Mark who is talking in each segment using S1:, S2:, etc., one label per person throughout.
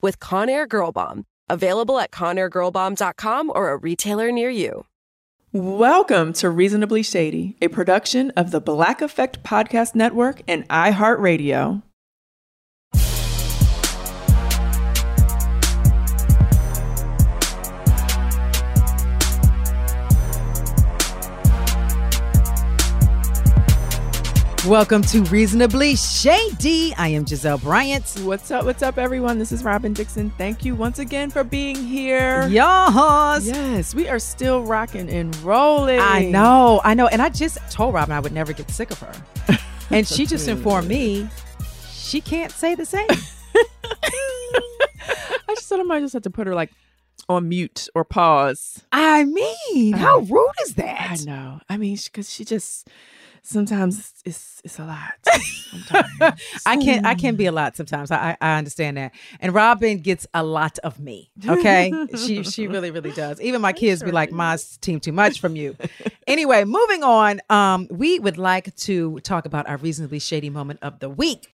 S1: with Conair Girl Bomb. Available at conairgirlbomb.com or a retailer near you.
S2: Welcome to Reasonably Shady, a production of the Black Effect Podcast Network and iHeartRadio.
S3: Welcome to Reasonably Shady. I am Giselle Bryant.
S2: What's up? What's up, everyone? This is Robin Dixon. Thank you once again for being here.
S3: Yas.
S2: Yes, we are still rocking and rolling.
S3: I know, I know. And I just told Robin I would never get sick of her. And she just informed me she can't say the same.
S2: I just thought I might just have to put her like on mute or pause.
S3: I mean, how rude is that?
S2: I know. I mean, because she just sometimes it's it's a lot. Sometimes.
S3: I can I can be a lot sometimes. I I understand that. And Robin gets a lot of me. Okay, she she really really does. Even my kids be like, "My team too much from you." anyway, moving on. Um, we would like to talk about our reasonably shady moment of the week.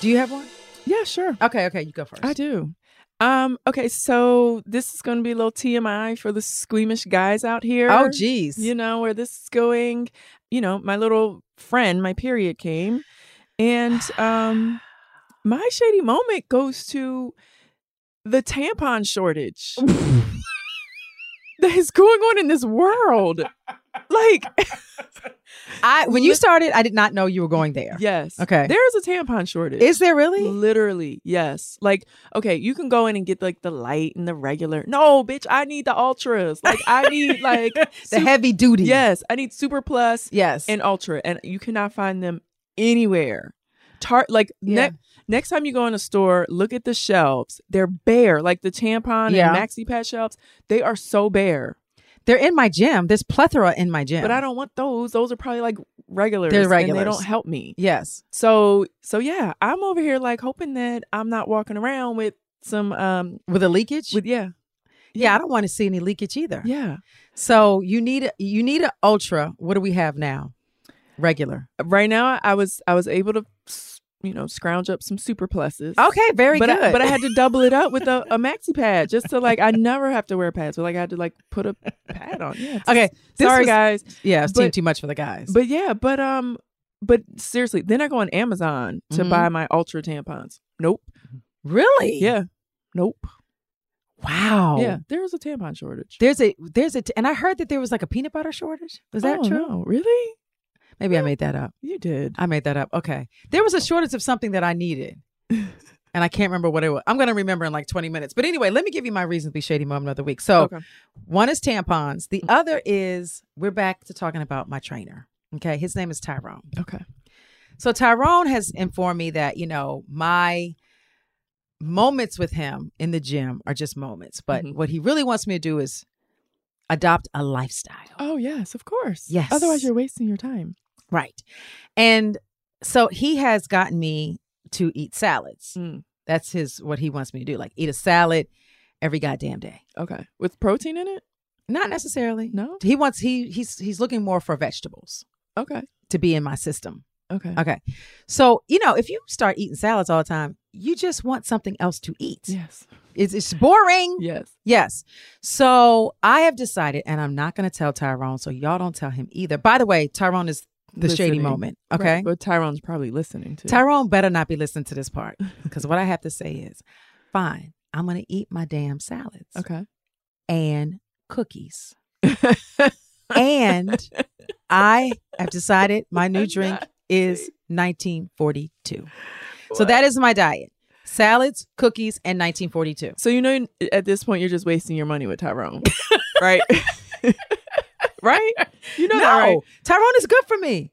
S3: Do you have one?
S2: yeah, sure.
S3: Okay, okay, you go first.
S2: I do. Um, okay, so this is going to be a little TMI for the squeamish guys out here.
S3: Oh, geez.
S2: You know where this is going. You know, my little friend, my period came, and um, my shady moment goes to the tampon shortage that is going on in this world. Like,
S3: I when you started, I did not know you were going there.
S2: yes,
S3: Okay.
S2: there is a tampon shortage.
S3: Is there really?
S2: Literally, yes. Like, okay, you can go in and get like the light and the regular. No, bitch, I need the ultras. Like, I need like
S3: The
S2: su-
S3: heavy duty.
S2: Yes, I need super plus
S3: Yes.
S2: and ultra, and you cannot find them anywhere. Tar like
S3: Yeah.
S2: ne- next time you go in a store, look at the shelves. They're bare. Like the tampon
S3: Yeah.
S2: and maxi pad shelves, they are so bare.
S3: They're in my gym. There's plethora in my gym.
S2: But I don't want those. Those are probably like regulars. And they
S3: regulars.
S2: don't help me.
S3: Yes.
S2: So so yeah, I'm over here like hoping that I'm not walking around with some um
S3: With a leakage?
S2: with yeah
S3: yeah, I don't want to see any leakage either.
S2: yeah
S3: So you need a, you need an ultra. What do we have now? Regular.
S2: right now I was I was able to s- you know scrounge up some super pluses
S3: Okay, very
S2: but
S3: good.
S2: I, but I had to double it up with a, a maxi pad just to like I never have to wear pads but like I had to like put a pad on yeah it's-
S3: okay. Oh, this
S2: sorry
S3: was-
S2: guys
S3: Yeah, it's team
S2: but-
S3: too much for the guys.
S2: but yeah but um but seriously then I go on Amazon to
S3: Mhm.
S2: buy my ultra tampons nope
S3: really?
S2: yeah nope
S3: Wow.
S2: yeah there is a tampon shortage
S3: There's a there's a t- and I heard that there was like a peanut butter shortage. Was that
S2: Oh,
S3: true?
S2: no. really
S3: Maybe I made that up.
S2: you did
S3: I made that up. Okay. There was a shortage of something that I needed. And I can't remember what it was. I'm going to remember in like 20 minutes. But anyway, let me give you my reasonably shady moment of the week. So,
S2: okay
S3: One is tampons. The
S2: Mm.
S3: other is we're back to talking about my trainer. Okay. His name is Tyrone.
S2: okay
S3: So Tyrone has informed me that, you know, my moments with him in the gym are just moments. But
S2: Mhm.
S3: what he really wants me to do is adopt a lifestyle.
S2: oh yes of course
S3: Yes.
S2: otherwise you're wasting your time
S3: Right. And So he has gotten me to eat salads.
S2: Mm.
S3: That's his what he wants me to do. Like eat a salad every goddamn day.
S2: Okay. With protein in it?
S3: Not necessarily.
S2: No.
S3: He wants he he's he's looking more for vegetables
S2: Okay.
S3: to be in my system.
S2: Okay.
S3: Okay. So, you know, if you start eating salads all the time, you just want something else to eat.
S2: Yes.
S3: It's, it's boring.
S2: Yes.
S3: Yes. So I have decided, and I'm not going to tell Tyrone, so y'all don't tell him either. By the way, Tyrone is the shady
S2: Listening.
S3: moment.
S2: Right,
S3: Okay.
S2: But Tyrone's probably listening to.
S3: Tyrone better not be listening to this part because what I have to say is fine, I'm going to eat my damn salads
S2: Okay.
S3: and cookies. and I have decided my new drink is 1942. So that is my diet salads, cookies, and 1942.
S2: So you know, at this point, you're just wasting your money with Tyrone, right? right? You know that, right?
S3: No, Tyrone is good for me.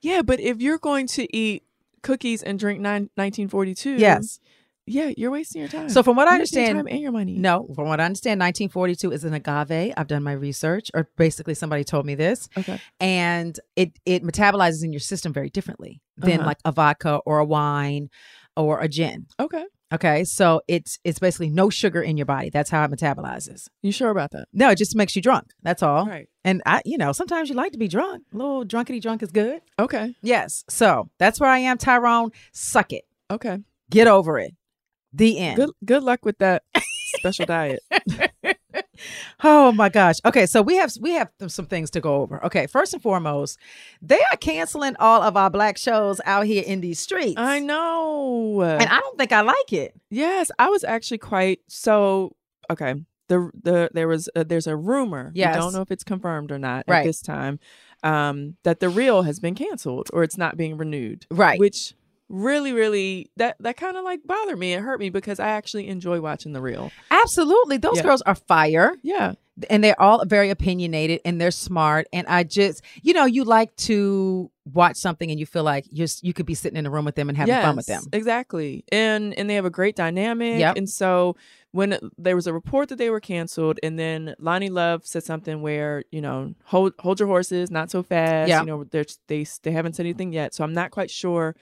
S2: Yeah, but if you're going to eat cookies and drink nine, 1942,
S3: Yes.
S2: yeah, you're wasting your time.
S3: So from what I
S2: You're wasting your
S3: understand-
S2: time and your money.
S3: No, from what I understand, 1942 is an agave. I've done my research, or basically somebody told me this.
S2: Okay.
S3: and it it metabolizes in your system very differently than
S2: Uh-huh.
S3: like a vodka or a wine or a gin.
S2: Okay.
S3: Okay, so it's it's basically no sugar in your body. That's how it metabolizes.
S2: You sure about that?
S3: No, it just makes you drunk. That's all.
S2: Right.
S3: And I, you know, sometimes you like to be drunk. A little drunkety drunk is good.
S2: Okay.
S3: Yes. So that's where I am, Tyrone. Suck it.
S2: Okay.
S3: Get over it. The end.
S2: Good. Good luck with that special diet.
S3: Oh my gosh. Okay, so we have we have some things to go over. Okay, first and foremost, they are canceling all of our black shows out here in these streets.
S2: I know.
S3: and I don't think I like it.
S2: Yes, I was actually quite so okay. The the there was a, there's a rumor. We
S3: Yes.
S2: don't know if it's confirmed or not
S3: Right.
S2: at this time. Um, that the reel has been canceled or it's not being renewed.
S3: Right.
S2: Which really, really that that kind of like bothered me. It hurt me because I actually enjoy watching the reel.
S3: Absolutely. Those
S2: Yeah.
S3: girls are fire
S2: Yeah.
S3: and they're all very opinionated and they're smart and I just, you know, you like to watch something and you feel like you're you could be sitting in a room with them and having fun with
S2: Yes,
S3: them.
S2: Exactly. And and they have a great dynamic.
S3: Yep.
S2: And so when there was a report that they were canceled and then Lonnie Love said something where, you know, hold hold your horses, not so fast.
S3: Yeah.
S2: You know, they're, they they haven't said anything yet. So I'm not quite sure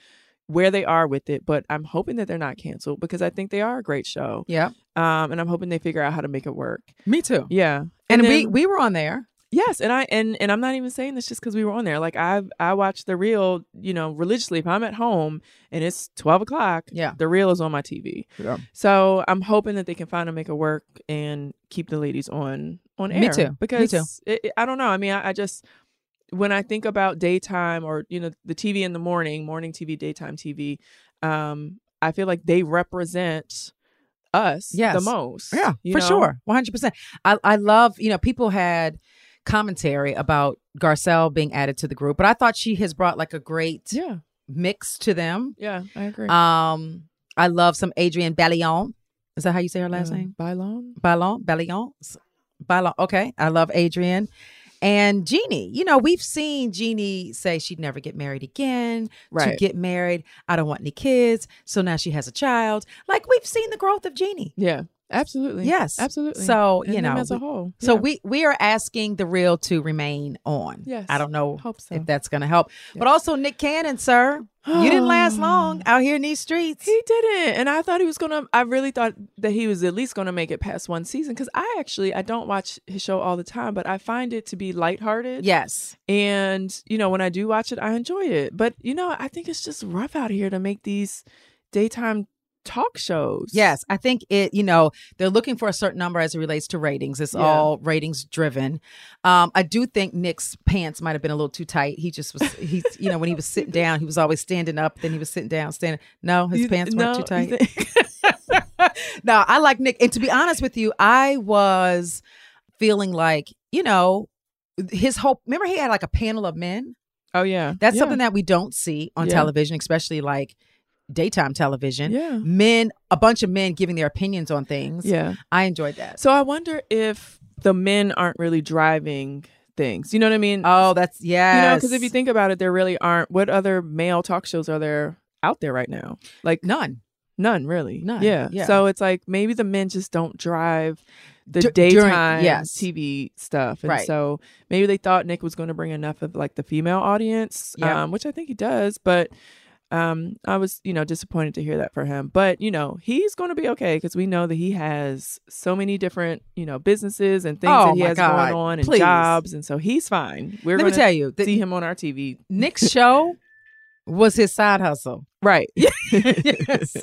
S2: where they are with it, but I'm hoping that they're not canceled because I think they are a great show.
S3: Yeah.
S2: Um and I'm hoping they figure out how to make it work.
S3: Me too.
S2: Yeah.
S3: And, we
S2: then-
S3: we were on there.
S2: Yes, and I and and I'm not even saying this just because we were on there. Like I I watch the reel, you know, religiously. If I'm at home and it's twelve o'clock,
S3: Yeah.
S2: the reel is on my TV.
S3: Yeah.
S2: So I'm hoping that they can find a make it work and keep the ladies on on air.
S3: Me too. Me
S2: Because
S3: too.
S2: It, it- I don't know. I mean, I, I just when I think about daytime or you know the TV in the morning, morning TV, daytime TV, um, I feel like they represent us the
S3: Yes.
S2: most.
S3: Yeah,
S2: you
S3: for
S2: know?
S3: sure. 100%. I, I love, you know, people had commentary about Garcelle being added to the group, but I thought she has brought like a great
S2: Yeah.
S3: mix to them.
S2: Yeah, I agree.
S3: Um, I love some Adrienne Ballion. Is that how you say her last
S2: Uh,
S3: name?
S2: Bylon?
S3: Ballion, Ballion, S- Ballion. Okay. I love Adrienne. And Jeannie, you know, we've seen Jeannie say she'd never get married again, to
S2: Right.
S3: get married. I don't want any kids. So now she has a child. Like we've seen the growth of Jeannie.
S2: Yeah, absolutely.
S3: Yes.
S2: absolutely.
S3: So, you
S2: And them
S3: know,
S2: as a
S3: we-
S2: whole.
S3: So
S2: Yeah.
S3: we we are asking the real to remain on.
S2: Yes.
S3: I don't know
S2: hope so.
S3: if that's going to help. But
S2: Yes.
S3: also Nick Cannon, sir, you didn't last long out here in these streets.
S2: He didn't, and I thought he was gonna. I really thought that he was at least gonna make it past one season because I actually I don't watch his show all the time, but I find it to be lighthearted.
S3: yes.
S2: and you know when I do watch it, I enjoy it. But you know, I think it's just rough out here to make these daytime talk shows.
S3: Yes, I think it. You know, they're looking for a certain number as it relates to ratings. It's
S2: Yeah.
S3: all ratings driven. Um, I do think Nick's pants might have been a little too tight. He just was. He's you know when he was sitting down, he was always standing up. Then he was sitting down, standing. No, his
S2: You-
S3: pants weren't
S2: no,
S3: too
S2: you
S3: tight.
S2: think-
S3: no, I like Nick. And to be honest with you, I was feeling like you know his whole. Remember, he had like a panel of men.
S2: oh yeah,
S3: That's
S2: Yeah.
S3: something that we don't see on
S2: Yeah.
S3: television, especially like daytime television.
S2: Yeah.
S3: Men, a bunch of men giving their opinions on things.
S2: Yeah.
S3: I enjoyed that.
S2: So I wonder if the men aren't really driving things. You know what I mean?
S3: Oh, that's
S2: You
S3: yeah.
S2: know, because if you think about it, there really aren't. What other male talk shows are there out there right now? Like
S3: none,
S2: None really.
S3: None,
S2: Yeah.
S3: yeah.
S2: So it's like maybe the men just don't drive the
S3: Dur- during-
S2: daytime
S3: yes.
S2: TV stuff. And
S3: Right.
S2: so maybe they thought Nick was going to bring enough of like the female audience,
S3: Yep.
S2: um, which I think he does, but um, I was, you know, disappointed to hear that for him. But, you know, he's going to be okay because we know that he has so many different, you know, businesses and things
S3: Oh,
S2: that he
S3: my
S2: has
S3: God.
S2: going on and
S3: Please.
S2: jobs. And so he's fine. We're
S3: Let
S2: going
S3: me
S2: to
S3: tell you,
S2: see
S3: the,
S2: him on our TV.
S3: Nick's show was his side hustle.
S2: Right.
S3: Yes.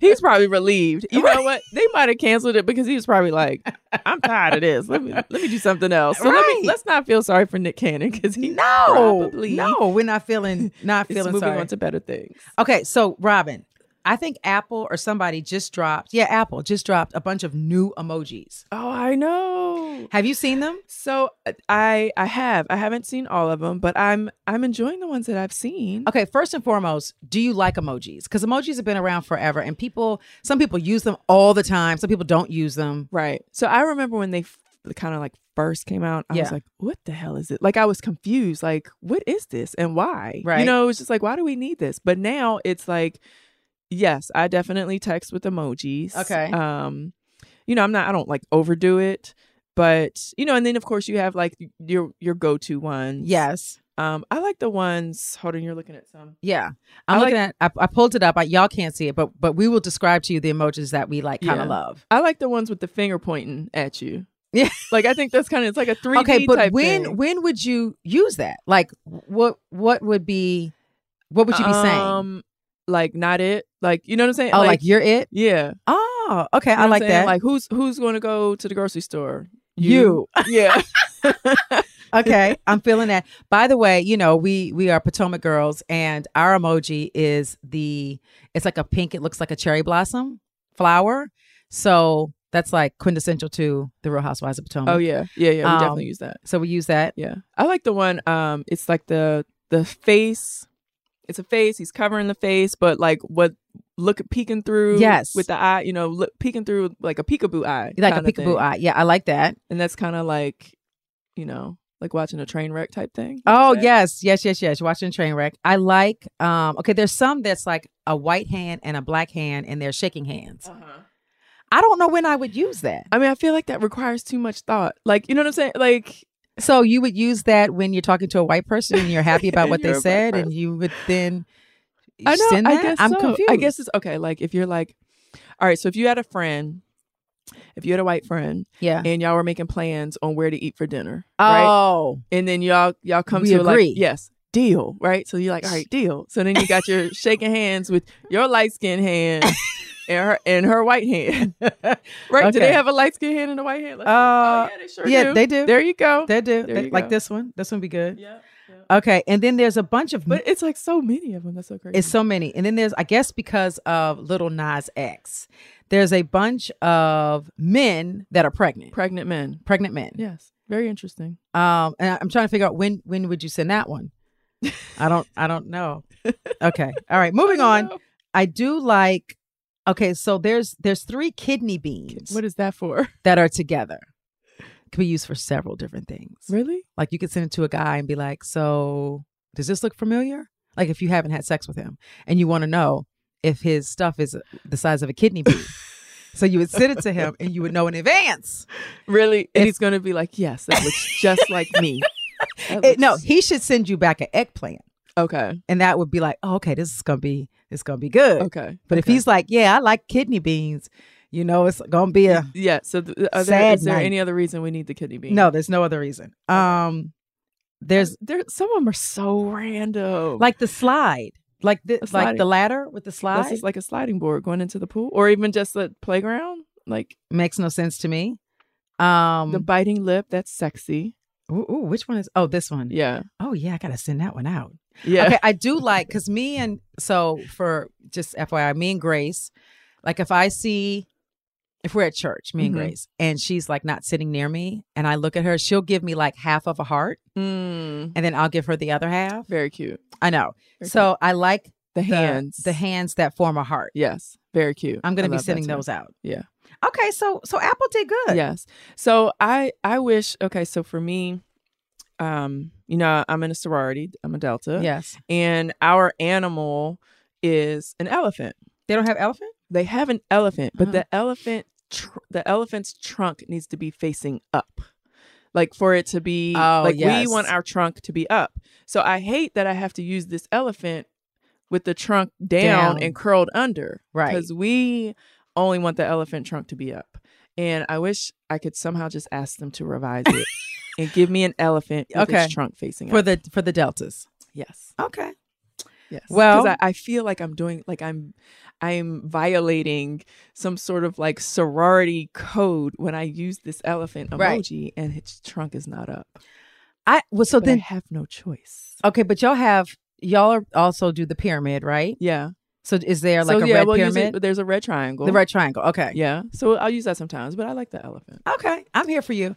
S2: He's probably relieved. You know what? They might have canceled it because he was probably like, "I'm tired of this. Let me let me do something else." So let
S3: Right.
S2: me let's not feel sorry for Nick Cannon because he
S3: no,
S2: probably
S3: no, we're not feeling not
S2: is
S3: feeling
S2: moving
S3: sorry.
S2: on to better things.
S3: Okay, so Robin, I think Apple or somebody just dropped. Yeah, Apple just dropped a bunch of new emojis.
S2: Oh, I know.
S3: Have you seen them?
S2: So uh, I I have I haven't seen all of them, but I'm I'm enjoying the ones that I've seen.
S3: Okay, first and foremost, do you like emojis? Because emojis have been around forever, and people, some people use them all the time. Some people don't use them.
S2: Right. So I remember when they f- kind of like first came out, I
S3: Yeah.
S2: was like, what the hell is it? Like, I was confused. Like, what is this and why?
S3: Right.
S2: You know, it's just like, why do we need this? But now it's like, yes, I definitely text with emojis.
S3: Okay.
S2: Um, you know, I'm not, I don't like overdo it. But you know, and then of course you have like your your go to ones.
S3: Yes.
S2: Um, I like the ones. Hold on, you're looking at some.
S3: Yeah. I'm
S2: I
S3: looking at. I, I pulled it up. I, y'all can't see it, but but we will describe to you the emojis that we like, kind
S2: Yeah.
S3: of love.
S2: I like the ones with the finger pointing at you.
S3: Yeah.
S2: Like I think that's kind of it's like a three.
S3: Okay, but
S2: type
S3: when
S2: thing.
S3: when would you use that? Like, what what would be what would you be saying?
S2: Um, like not it. Like you know what I'm saying?
S3: Oh, like, you're it.
S2: yeah.
S3: Oh, okay.
S2: You know
S3: I
S2: what
S3: like
S2: I'm saying?
S3: that.
S2: Like who's who's going to go to the grocery store?
S3: you.
S2: Yeah.
S3: okay, I'm feeling that. By the way, you know we we are Potomac girls, and our emoji is the it's like a pink. It looks like a cherry blossom flower. So that's like quintessential to the Real Housewives of Potomac.
S2: oh yeah. Yeah. Yeah. We
S3: Um,
S2: definitely use that.
S3: So we use that.
S2: Yeah. I like the one. Um, it's like the the face. It's a face. He's covering the face, but like what look peeking through.
S3: Yes.
S2: With the eye, you know, look peeking through like a peekaboo eye.
S3: Like a
S2: kinda
S3: peekaboo
S2: thing.
S3: eye. Yeah, I like that.
S2: and that's kind of like, you know, like watching a train wreck type thing.
S3: Oh
S2: yeah.
S3: yes, yes, yes, yes. Watching train wreck. I like. Um, okay, there's some that's like a white hand and a black hand, and they're shaking hands. I don't know when I would use that.
S2: I mean, I feel like that requires too much thought. Like, you know what I'm saying? Like,
S3: So you would use that when you're talking to a white person and you're happy about what
S2: You're
S3: they
S2: a black
S3: said,
S2: person.
S3: and you would then
S2: I know.
S3: send
S2: I
S3: that?
S2: guess
S3: I'm
S2: so.
S3: confused.
S2: I guess it's okay. Like, if you're like, all right, so if you had a friend, if you had a white friend,
S3: yeah.
S2: and y'all were making plans on where to eat for dinner, right?
S3: Oh,
S2: And then y'all y'all come
S3: We
S2: to
S3: agree.
S2: like, yes, deal, right? So you're like, all right, deal. So then you got your shaking hands with your light skinned hand. And her and her white hand, right? Do
S3: Okay.
S2: they have a light skinned hand and a white hand? Let's see.
S3: Uh,
S2: oh, yeah, they sure
S3: yeah,
S2: do.
S3: they do.
S2: There you go.
S3: they do.
S2: There
S3: They-
S2: you
S3: like
S2: go.
S3: this one. This one would be good.
S2: yeah, yeah.
S3: Okay, and then there's a bunch of.
S2: But it's like so many of them. That's so crazy.
S3: Mm. It's so many. And then there's, I guess, because of Little Nas X, there's a bunch of men that are pregnant,
S2: pregnant men.
S3: pregnant men.
S2: Yes, very interesting.
S3: Um, and I- I'm trying to figure out when when would you send that one? I don't, I don't know. Okay, all right. Moving on. I do like. Okay, so there's there's three kidney beans
S2: What is that for?
S3: that are together. Can be used for several different things.
S2: Really?
S3: Like you could send it to a guy and be like, "So, does this look familiar?" Like if you haven't had sex with him and you want to know if his stuff is uh, the size of a kidney bean, so you would send it to him and you would know in advance.
S2: Really? And
S3: If-
S2: he's going to be like, yes, that looks just like me. That
S3: It- no,
S2: looks-
S3: he should send you back an eggplant,
S2: Okay.
S3: and that would be like, oh, "Okay, this is gonna be it's gonna be good."
S2: Okay.
S3: But if
S2: okay.
S3: he's like, "Yeah, I like kidney beans," you know, it's gonna be a
S2: yeah, so th- are there,
S3: Sad
S2: is there
S3: night.
S2: any other reason we need the kidney bean?
S3: no. There's no other reason. Um, there's
S2: there's there. Some of them are so random.
S3: like the slide, like
S2: The
S3: the like the
S2: sliding.
S3: ladder with the slide.
S2: this is like a sliding board going into the pool, or even just the playground. Like
S3: makes no sense to me. Um,
S2: the biting lip. That's sexy.
S3: ooh, ooh, which one is? Oh, this one.
S2: Yeah.
S3: Oh yeah, I gotta send that one out.
S2: Yeah.
S3: Okay, I do like because me and so for just FYI, me and Grace, like if I see. If we're at church, me and
S2: Mhm.
S3: Grace, and she's like not sitting near me, and I look at her, she'll give me like half of a heart,
S2: Mm,
S3: and then I'll give her the other half.
S2: very cute.
S3: I know.
S2: Very
S3: So I like
S2: The
S3: the-
S2: hands.
S3: the hands that form a heart.
S2: Yes. Very cute.
S3: I'm gonna
S2: I
S3: be
S2: love that
S3: sending
S2: too.
S3: those out.
S2: Yeah.
S3: Okay, so so Apple did good.
S2: Yes. So I I wish okay, so for me um you know, I'm in a sorority, I'm a delta,
S3: Yes.
S2: and our animal is an elephant.
S3: They don't have elephant?
S2: They have an elephant, but
S3: Uh-huh.
S2: the elephant tr- the elephant's trunk needs to be facing up. Like for it to be
S3: Oh,
S2: like
S3: yes.
S2: we want our trunk to be up. So I hate that I have to use this elephant with the trunk down,
S3: Down.
S2: and curled under.
S3: Right.
S2: Cuz we only want the elephant trunk to be up. And I wish I could somehow just ask them to revise it and give me an elephant with
S3: Okay.
S2: its trunk facing
S3: For
S2: up.
S3: the for the deltas.
S2: yes.
S3: Okay.
S2: Yes.
S3: Well-
S2: 'Cause I, I feel like I'm doing like I'm I'm violating some sort of like sorority code when I use this elephant
S3: Right.
S2: emoji and its trunk is not up.
S3: I well so
S2: But then I
S3: then
S2: have no choice.
S3: okay, but y'all have y'all are also do the pyramid, right?
S2: Yeah.
S3: So is there like
S2: so
S3: a
S2: yeah,
S3: red
S2: we'll use it-
S3: pyramid?
S2: but there's a uh, red triangle.
S3: The red triangle. Okay. Uh,
S2: Yeah. So I'll use that sometimes, but I like the elephant.
S3: Okay. I'm here for you.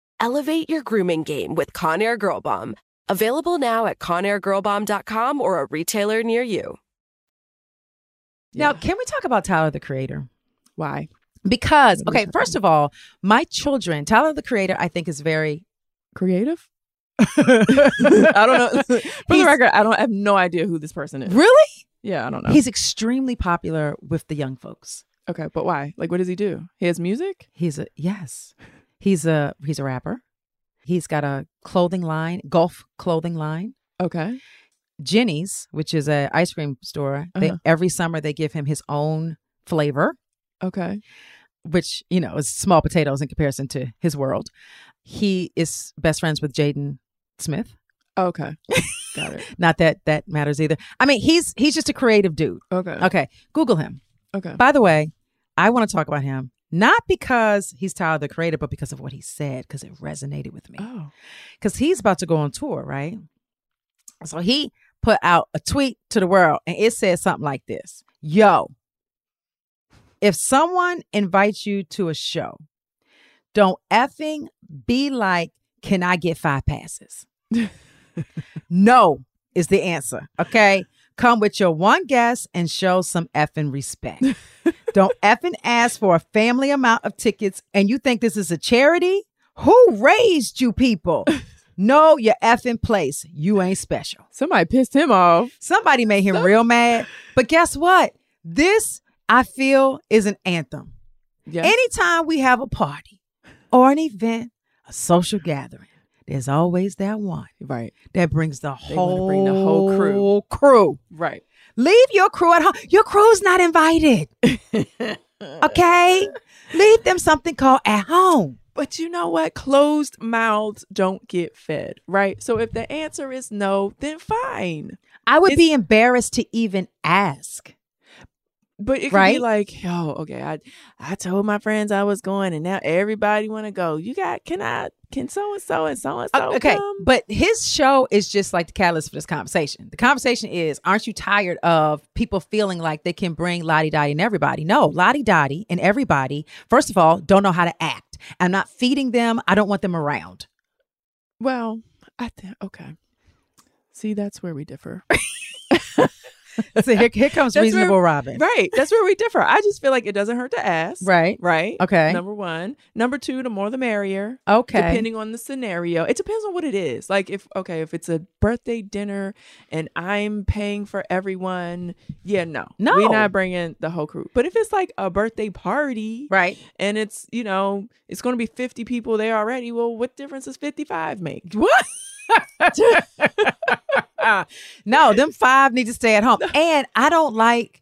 S1: Elevate your grooming game with Conair Girl Bomb. Available now at conairgirlbomb.com or a retailer near you.
S3: Now, can we talk about Tyler the Creator?
S2: Why?
S3: Because
S2: What are we
S3: okay,
S2: talking
S3: first of all, my children, Tyler the Creator, I think is very
S2: Creative? I don't know. For the
S3: He's-
S2: record, I don't I have no idea who this person is.
S3: really.
S2: Yeah, I don't know.
S3: He's extremely popular with the young folks.
S2: okay, but why? Like what does he do? He has music?
S3: He's a yes. He's a he's a rapper. He's got a clothing line, golf clothing line.
S2: Okay.
S3: Jenny's, which is a ice cream store. They
S2: Uh-huh.
S3: every summer they give him his own flavor,
S2: Okay.
S3: which you know is small potatoes in comparison to his world. He is best friends with Jaden Smith.
S2: Okay. Got it.
S3: Not that that matters either. I mean, he's he's just a creative dude.
S2: Okay.
S3: Okay, Google him.
S2: Okay.
S3: By the way, I want to talk about him not because he's Tyler the Creator, but because of what he said, because it resonated with me.
S2: Oh.
S3: Because he's about to go on tour, right? So he put out a tweet to the world, and it said something like this: "Yo, if someone invites you to a show, don't effing be like, can I get five passes? no is the answer. Okay. Come with your one guest and show some effing respect. Don't effing ask for a family amount of tickets and you think this is a charity? Who raised you people? No, your effing place. You ain't special.
S2: Somebody pissed him off.
S3: Somebody made him real mad. But guess what? This, I feel, is an anthem.
S2: Yeah.
S3: Anytime we have a party or an event, a social gathering, there's always that one
S2: right.
S3: that brings the
S2: They wanna
S3: whole
S2: bring the whole crew.
S3: crew.
S2: Right.
S3: Leave your crew at home. Your crew's not invited. okay? Leave them something called at home.
S2: But you know what? Closed mouths don't get fed, right? So if the answer is no, then fine.
S3: I would
S2: It's-
S3: be embarrassed to even ask.
S2: But it could be
S3: Right?
S2: like, yo, okay, I I told my friends I was going, and now everybody want to go. You got? Can I? Can so and so and so and so?
S3: Uh, okay,
S2: come?
S3: but his show is just like the catalyst for this conversation. The conversation is: Aren't you tired of people feeling like they can bring Lottie Dottie and everybody? No, Lottie Dottie and everybody. First of all, don't know how to act. I'm not feeding them. I don't want them around.
S2: well, I think okay. See, that's where we differ.
S3: So here, here comes
S2: That's
S3: reasonable
S2: where-
S3: Robin.
S2: right. That's where we differ. I just feel like it doesn't hurt to ask.
S3: Right.
S2: Right.
S3: Okay.
S2: Number one. Number two. The more, the merrier.
S3: Okay.
S2: depending on the scenario. It depends on what it is. Like if okay, if it's a birthday dinner and I'm paying for everyone, yeah, no,
S3: No.
S2: we're not bringing the whole crew. But if it's like a birthday party,
S3: right.
S2: and it's you know it's going to be fifty people there already. Well, what difference does fifty five make?
S3: What? no, them five need to stay at home. And I don't like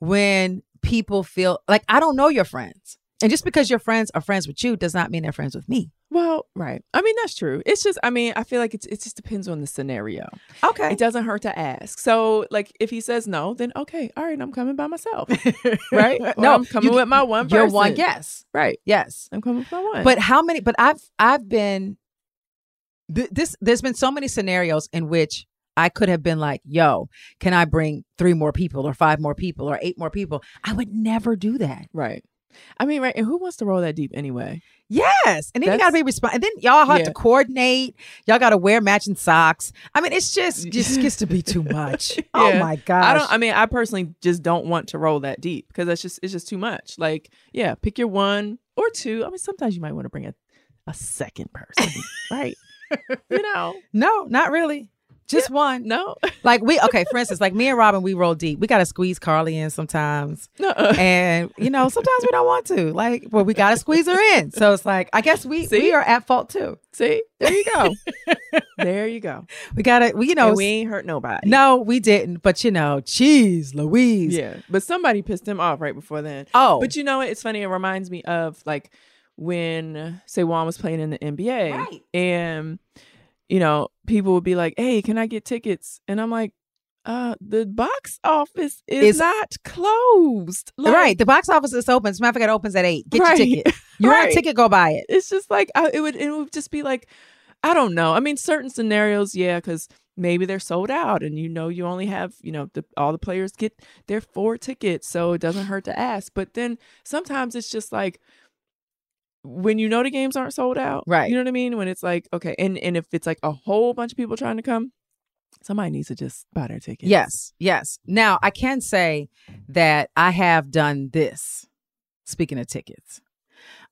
S3: when people feel like I don't know your friends. And just because your friends are friends with you does not mean they're friends with me.
S2: Well, right. I mean that's true. It's just I mean I feel like it's it just depends on the scenario.
S3: Okay.
S2: It doesn't hurt to ask. So like if he says no, then okay, all right, I'm coming by myself, right? Or
S3: No,
S2: I'm coming
S3: you-
S2: with my one.
S3: You're
S2: person.
S3: one, yes.
S2: right?
S3: Yes.
S2: I'm coming with my one.
S3: But how many but I've I've been th- this there's been so many scenarios in which I could have been like, yo, can I bring three more people or five more people or eight more people? I would never do that.
S2: Right. I mean, right. And who wants to roll that deep anyway?
S3: Yes. And then you
S2: That's-
S3: got to be responsible. And then y'all have
S2: Yeah.
S3: to coordinate. Y'all got to wear matching socks. I mean, it's just, just gets to be too much. Oh
S2: Yeah.
S3: my gosh.
S2: I don't. I mean, I personally just don't want to roll that deep because that's just it's just too much. Like, yeah, pick your one or two. I mean, sometimes you might want to bring a a second person, right? You know,
S3: no, not really. Just one.
S2: no,
S3: Like we, okay, for instance, like me and Robin, we roll deep. We got to squeeze Carly in sometimes.
S2: no.
S3: And, you know, sometimes we don't want to. Like, well, we got to squeeze her in. So it's like, I guess we,
S2: See?
S3: we are at fault too.
S2: See, there you go. there you go.
S3: We got to, we, you know,
S2: And we ain't hurt nobody.
S3: no, we didn't. But, you know, geez, Louise.
S2: Yeah, but somebody pissed him off right before then.
S3: Oh.
S2: But you know what? It's funny. It reminds me of like when say Juan was playing in the NBA,
S3: Right.
S2: and you know people would be like, "Hey, can I get tickets?" And I'm like, "Uh, the box office is
S3: It's-
S2: not closed." Like,
S3: right. The box office is open. As a matter of fact, it opens at eight. Get
S2: Right.
S3: your ticket. You want
S2: Right.
S3: a ticket, go buy it.
S2: It's just like I, it would. It would just be like, I don't know. I mean, certain scenarios, yeah, because maybe they're sold out, and you know, you only have you know, the, all the players get their four tickets, so it doesn't hurt to ask. But then sometimes it's just like when you know the games aren't sold out,
S3: Right.
S2: You know what I mean? When it's like okay, and and if it's like a whole bunch of people trying to come, somebody needs to just buy their ticket.
S3: Yes, yes. Now, I can say that I have done this. Speaking of tickets,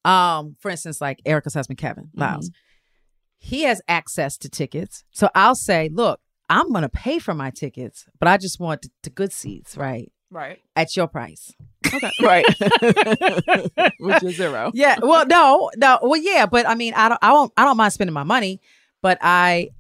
S3: um, for instance, like Erica's husband, Kevin Lyles, he has access to tickets. So I'll say, look, I'm going to pay for my tickets, but I just want the, the good seats, right?
S2: Right.
S3: At your price.
S2: Okay. right. Which is zero.
S3: Yeah. Well, no, no. Well, yeah, but I mean, I don't, I won't, I don't mind spending my money, but I,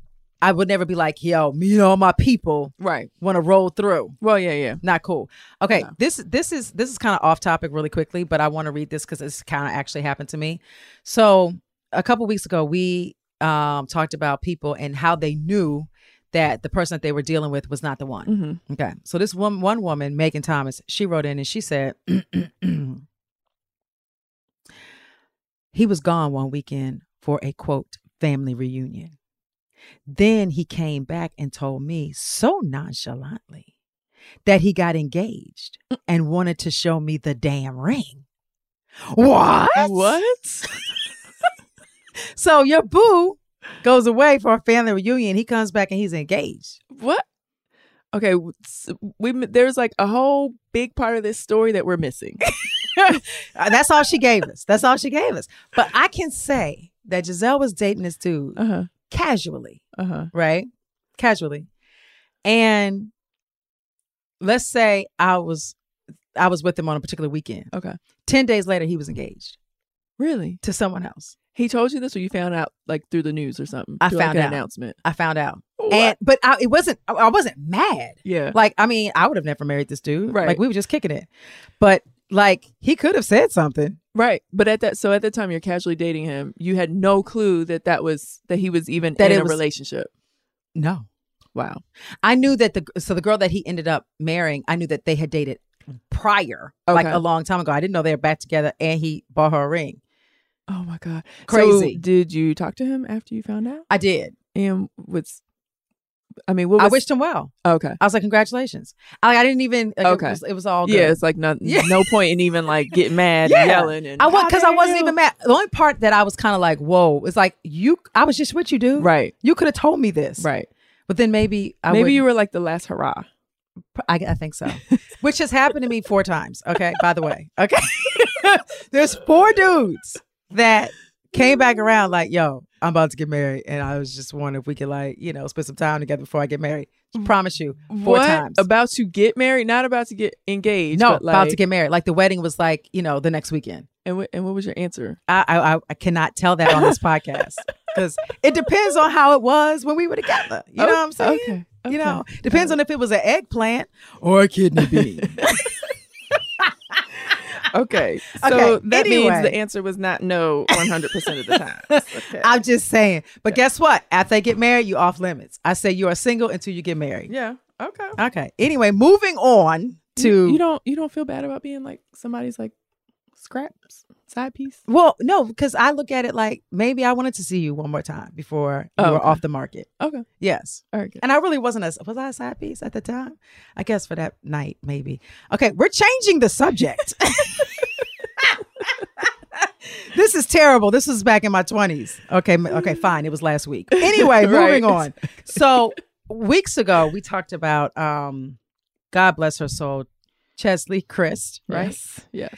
S3: I would never be like, yo, me and all my people
S2: Right.
S3: want to roll through.
S2: Well, yeah, yeah.
S3: not cool. Okay,
S2: No.
S3: this this is this is kind of off topic really quickly, but I want to read this because this kind of actually happened to me. So a couple weeks ago, we um, talked about people and how they knew that the person that they were dealing with was not the one.
S2: Mm-hmm.
S3: Okay. So this one one woman, Megan Thomas, she wrote in and she said he was gone one weekend for a quote family reunion. Then he came back and told me so nonchalantly that he got engaged and wanted to show me the damn ring. What?
S2: What?
S3: So your boo goes away for a family reunion. He comes back and he's engaged.
S2: what okay w- s- we m- there's like a whole big part of this story that we're missing
S3: Uh, That's all she gave us. That's all she gave us. But I can say that Giselle was dating this dude,
S2: uh-huh
S3: casually,
S2: Uh huh.
S3: right? Casually. And let's say I was I was with him on a particular weekend.
S2: Okay.
S3: 10 days later he was engaged
S2: Really?
S3: to someone else.
S2: He told you this, or you found out like through the news or something?
S3: I
S2: Through, like,
S3: found
S2: an
S3: out.
S2: announcement.
S3: I found out.
S2: What?
S3: And but I it wasn't I- I wasn't mad.
S2: yeah.
S3: Like I mean, I would have never married this dude.
S2: Right.
S3: Like we were just kicking it. But like he could have said something.
S2: Right, but at that, so at that time you're casually dating him. You had no clue that that was that he was even
S3: That
S2: in
S3: it
S2: a
S3: was-
S2: relationship.
S3: No.
S2: Wow.
S3: I knew that the so the girl that he ended up marrying, I knew that they had dated prior, like
S2: Okay.
S3: a long time ago. I didn't know they were back together, and he bought her a ring.
S2: Oh my god. So
S3: Crazy.
S2: did you talk to him after you found out?
S3: I did.
S2: And what's? I mean, what was, Oh,
S3: I wished him well.
S2: Okay.
S3: I was like, congratulations. I, I didn't even. Like,
S2: Okay.
S3: It was, it was all good.
S2: Yeah, it's like no,
S3: Yeah.
S2: no point in even like getting mad
S3: Yeah.
S2: and yelling. And,
S3: I was because I
S2: How
S3: wasn't
S2: dare
S3: even mad. The only part that I was kind of like, whoa, it's like you. I was just with you,
S2: you.
S3: dude.
S2: Right.
S3: You could have told me this.
S2: Right.
S3: But then maybe I
S2: Maybe you
S3: wouldn't.
S2: were like the last hurrah.
S3: I, I think so. Which has happened to me four times. Okay. By the way. Okay. There's four dudes that came back around like, yo, I'm about to get married. And I was just wondering if we could like, you know, spend some time together before I get married.
S2: Mm-hmm.
S3: Promise you. Four
S2: what?
S3: times.
S2: About to get married, not about to get engaged.
S3: no,
S2: but, like,
S3: about to get married. Like the wedding was like, you know, the next weekend.
S2: And what, and what was your answer?
S3: I I, I- I cannot tell that on this podcast because it depends on how it was when we were together. You know what I'm saying?
S2: Oh, Okay. okay.
S3: You know, depends on if it was an eggplant or a kidney bean.
S2: Okay. So
S3: Okay,
S2: that means
S3: anyway.
S2: the answer was not no 100% of the time. Okay.
S3: I'm just saying. But guess what? After they get married, you off limits. I say you are single until you get married.
S2: yeah. Okay.
S3: Okay. Anyway, moving on to
S2: You, you don't you don't feel bad about being like somebody's like scraps, side piece?
S3: well, no, because I look at it like maybe I wanted to see you one more time before you
S2: Oh,
S3: were
S2: okay.
S3: off the market.
S2: Okay.
S3: Yes.
S2: All right. good.
S3: And I really wasn't a was I a side piece at the time? I guess for that night, maybe. Okay, we're changing the subject. this is terrible. This was back in my twenties. Okay, m- okay, fine. It was last week. Anyway,
S2: Right.
S3: moving on. So weeks ago, we talked about um, God bless her soul, Chesley Christ, right?
S2: Yes. Yes.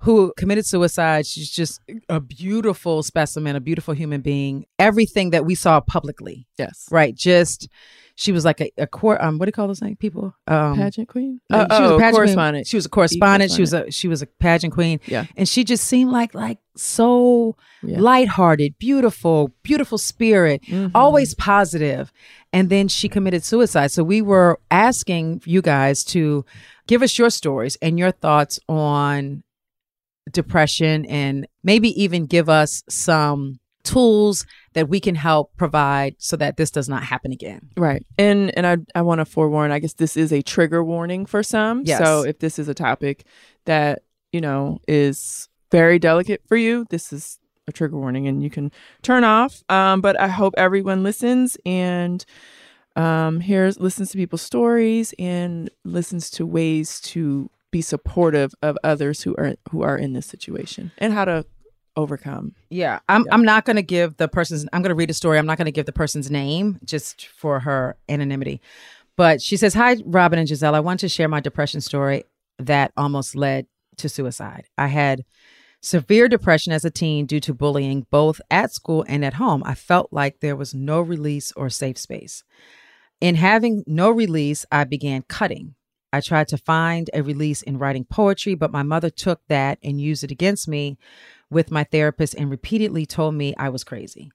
S3: who committed suicide. She's just a beautiful specimen, a beautiful human being. Everything that we saw publicly,
S2: Yes.
S3: right? Just she was like a, a court. Um, what do you call those things? People. Um,
S2: Pageant queen?
S3: no,
S2: Uh,
S3: she was
S2: oh,
S3: a pageant Queen.
S2: correspondent.
S3: She was a correspondent. She was a she was a pageant queen.
S2: Yeah.
S3: and she just seemed like like so
S2: Yeah.
S3: lighthearted, beautiful, beautiful spirit,
S2: Mhm.
S3: always positive. And then she committed suicide. So we were asking you guys to give us your stories and your thoughts on depression, and maybe even give us some tools that we can help provide so that this does not happen again.
S2: Right. And and I I want to forewarn, I guess this is a trigger warning for some.
S3: Yes.
S2: So if this is a topic that, you know, is very delicate for you, this is a trigger warning and you can turn off. Um, but I hope everyone listens and um hears listens to people's stories and listens to ways to be supportive of others who are who are in this situation and how to overcome.
S3: Yeah, I'm. I'm not going to give the person's. I'm going to read a story. I'm not going to give the person's name just for her anonymity. But she says, "Hi, Robin and Giselle. I want to share my depression story that almost led to suicide. I had severe depression as a teen due to bullying, both at school and at home. I felt like there was no release or safe space. In having no release, I began cutting." I tried to find a release in writing poetry, but my mother took that and used it against me with my therapist and repeatedly told me I was crazy.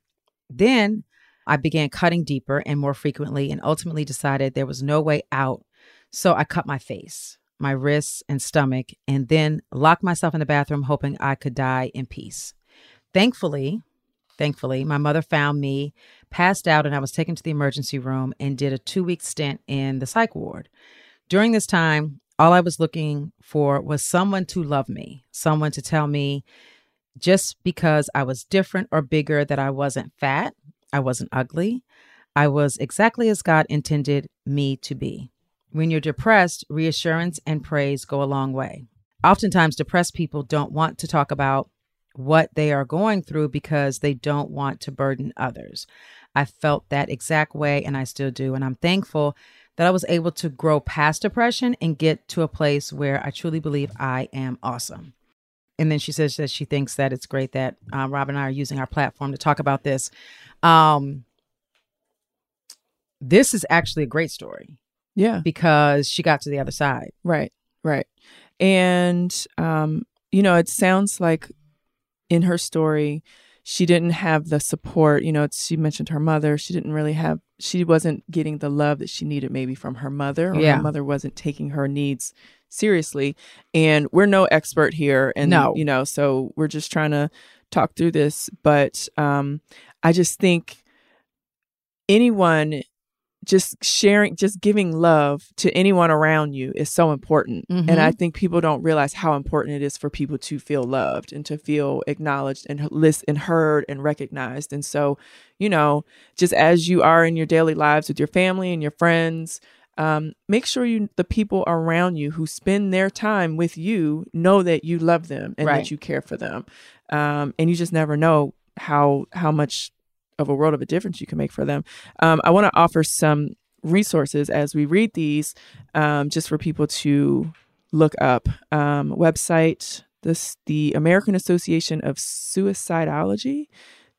S3: Then I began cutting deeper and more frequently and ultimately decided there was no way out. So I cut my face, my wrists, and stomach, and then locked myself in the bathroom, hoping I could die in peace. Thankfully, thankfully, my mother found me passed out and I was taken to the emergency room and did a two week stint in the psych ward. During this time, all I was looking for was someone to love me, someone to tell me just because I was different or bigger, that I wasn't fat, I wasn't ugly. I was exactly as God intended me to be. When you're depressed, reassurance and praise go a long way. Oftentimes, depressed people don't want to talk about what they are going through because they don't want to burden others. I felt that exact way, and I still do. And I'm thankful that I was able to grow past depression and get to a place where I truly believe I am awesome. And then she uh, says that she thinks that it's great that um, Rob and I are using our platform to talk about this. Um, This is actually a great story
S2: Yeah.
S3: because she got to the other side.
S2: Right, right. And, um, you know, it sounds like in her story, she didn't have the support. You know, it's, she mentioned her mother. She didn't really have, she wasn't getting the love that she needed maybe from her mother. Or
S3: Yeah.
S2: Her mother wasn't taking her needs seriously. And we're no expert here. And,
S3: No.
S2: you know, so we're just trying to talk through this. But um, I just think anyone just sharing just giving love to anyone around you is so important
S3: Mhm.
S2: and i think people don't realize how important it is for people to feel loved and to feel acknowledged and list and heard and recognized and so you know just as you are in your daily lives with your family and your friends um, make sure you the people around you who spend their time with you know that you love them and
S3: Right.
S2: that you care for them um, and you just never know how how much of a world of a difference you can make for them um, i want to offer some resources as we read these um, just for people to look up um, website this the american association of suicidology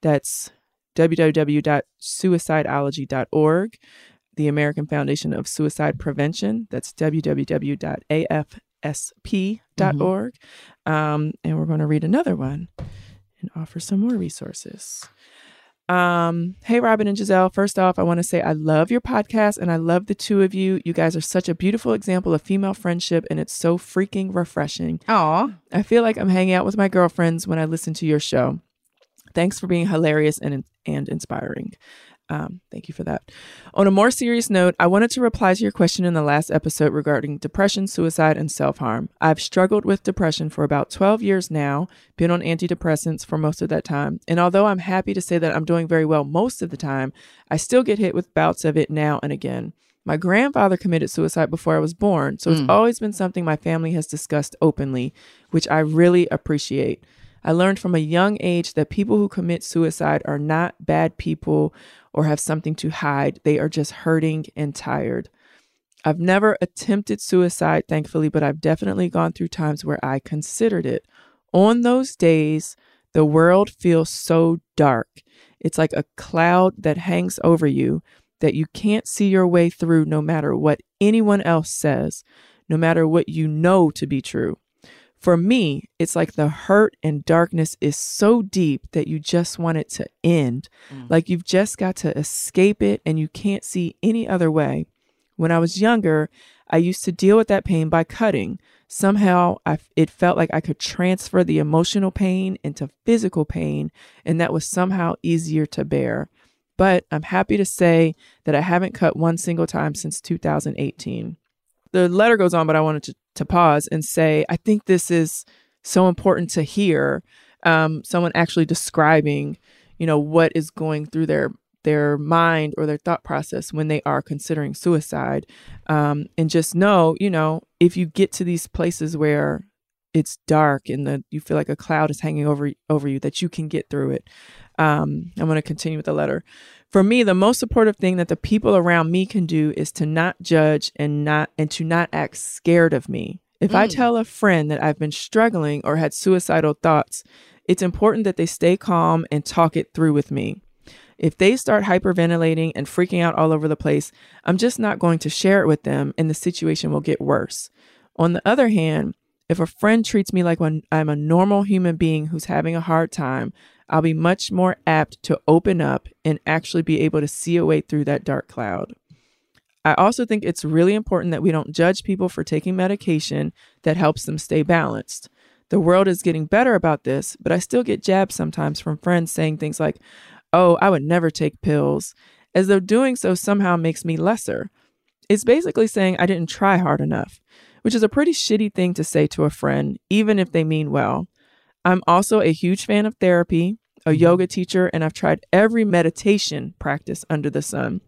S2: that's www.suicidology.org the american foundation of suicide prevention that's www.afsp.org um, and we're going to read another one and offer some more resources um, hey, Robin and Giselle. First off, I want to say I love your podcast and I love the two of you. You guys are such a beautiful example of female friendship, and it's so freaking refreshing.
S3: Aw.
S2: I feel like I'm hanging out with my girlfriends when I listen to your show. Thanks for being hilarious and and inspiring. Um, thank you for that. On a more serious note, I wanted to reply to your question in the last episode regarding depression, suicide, and self harm. I've struggled with depression for about 12 years now, been on antidepressants for most of that time, and although I'm happy to say that I'm doing very well most of the time, I still get hit with bouts of it now and again. My grandfather committed suicide before I was born, so it's always been something my family has discussed openly, which I really appreciate. I learned from a young age that people who commit suicide are not bad people or have something to hide. They are just hurting and tired. I've never attempted suicide, thankfully, but I've definitely gone through times where I considered it. On those days, the world feels so dark. It's like a cloud that hangs over you that you can't see your way through no matter what anyone else says, no matter what you know to be true. For me, it's like the hurt and darkness is so deep that you just want it to end. Like you've just got to escape it and you can't see any other way. When I was younger, I used to deal with that pain by cutting. Somehow, I, it felt like I could transfer the emotional pain into physical pain, and that was somehow easier to bear. But I'm happy to say that I haven't cut one single time since 2018 the letter goes on, but I wanted to, to pause and say, I think this is so important to hear um, someone actually describing, you know, what is going through their their mind or their thought process when they are considering suicide. Um, and just know, you know, if you get to these places where it's dark and the, you feel like a cloud is hanging over over you, that you can get through it. Um, I'm going to continue with the letter. For me, the most supportive thing that the people around me can do is to not judge and not and to not act scared of me. If I tell a friend that I've been struggling or had suicidal thoughts, it's important that they stay calm and talk it through with me. If they start hyperventilating and freaking out all over the place, I'm just not going to share it with them and the situation will get worse. On the other hand, if a friend treats me like when I'm a normal human being who's having a hard time, I'll be much more apt to open up and actually be able to see a way through that dark cloud. I also think it's really important that we don't judge people for taking medication that helps them stay balanced. The world is getting better about this, but I still get jabs sometimes from friends saying things like, Oh, I would never take pills, as though doing so somehow makes me lesser. It's basically saying I didn't try hard enough, which is a pretty shitty thing to say to a friend, even if they mean well. I'm also a huge fan of therapy, a yoga teacher, and I've tried every meditation practice under the sun.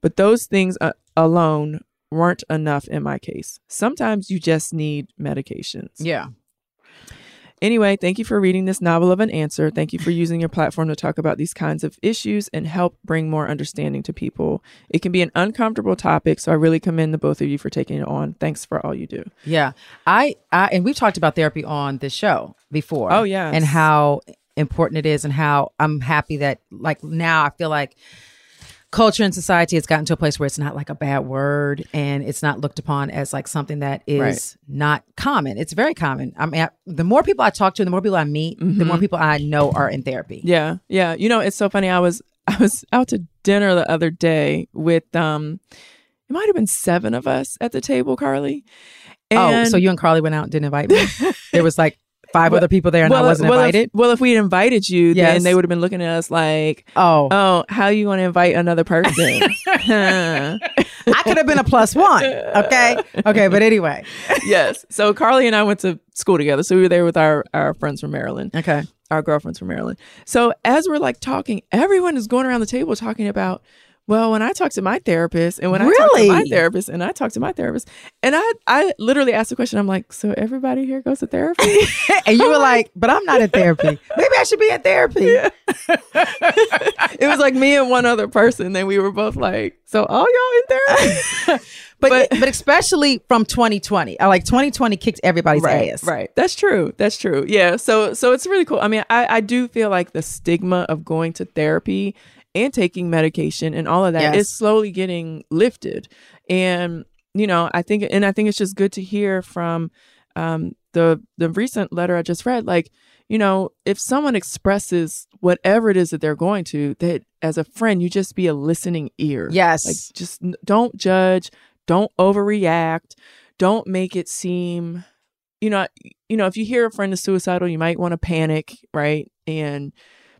S2: But those things uh, alone weren't enough in my case. Sometimes you just need medications.
S3: Yeah.
S2: Anyway, thank you for reading this novel of an answer. Thank you for using your platform to talk about these kinds of issues and help bring more understanding to people. It can be an uncomfortable topic, so I really commend the both of you for taking it on. Thanks for all you do.
S3: Yeah. I, I and we've talked about therapy on this show before.
S2: Oh, yes.
S3: And how important it is and how I'm happy that like now I feel like culture and society has gotten to a place where it's not like a bad word and it's not looked upon as like something that is
S2: Right.
S3: not common. It's very common. I mean, I, the more people I talk to, the more people I meet, the more people I know are in therapy.
S2: Mm-hmm. Yeah, yeah. You know, it's so funny. I was I was out to dinner the other day with um, it might have been seven of us at the table, Carly.
S3: oh, so you and Carly went out and didn't invite me. there was like five
S2: Well-
S3: other people there and I wasn't
S2: well,
S3: invited.
S2: If, well, if we had invited you,
S3: Yes.
S2: then they would have been looking at us like,
S3: oh,
S2: "Oh, how you going to invite another person?" Huh.
S3: I could have been a plus one. Okay. Okay. But anyway.
S2: yes. So Carly and I went to school together, so we were there with our our friends from Maryland.
S3: Okay.
S2: our girlfriends from Maryland. So as we're like talking, everyone is going around the table talking about, well, when I talk to my therapist and when I talk to my
S3: Really?
S2: therapist and I talk to my therapist and I I literally asked the question, I'm like, so everybody here goes to therapy?
S3: And you were like, but I'm not in therapy. Maybe I should be in therapy.
S2: it was like me and one other person. Then we were both like, so all y'all in therapy?
S3: But, but especially from 2020. I like 2020 kicked everybody's
S2: right,
S3: ass.
S2: right. That's true. That's true. Yeah. So so it's really cool. I mean, I, I do feel like the stigma of going to therapy and taking medication and all of that is
S3: Yes.
S2: slowly getting lifted. And you know, I think and I think it's just good to hear from um the the recent letter I just read, like, you know, if someone expresses whatever it is that they're going to, that as a friend, you just be a listening ear.
S3: Yes.
S2: Like just n- don't judge, don't overreact, don't make it seem you know, you know, if you hear a friend is suicidal, you might want to panic, right? And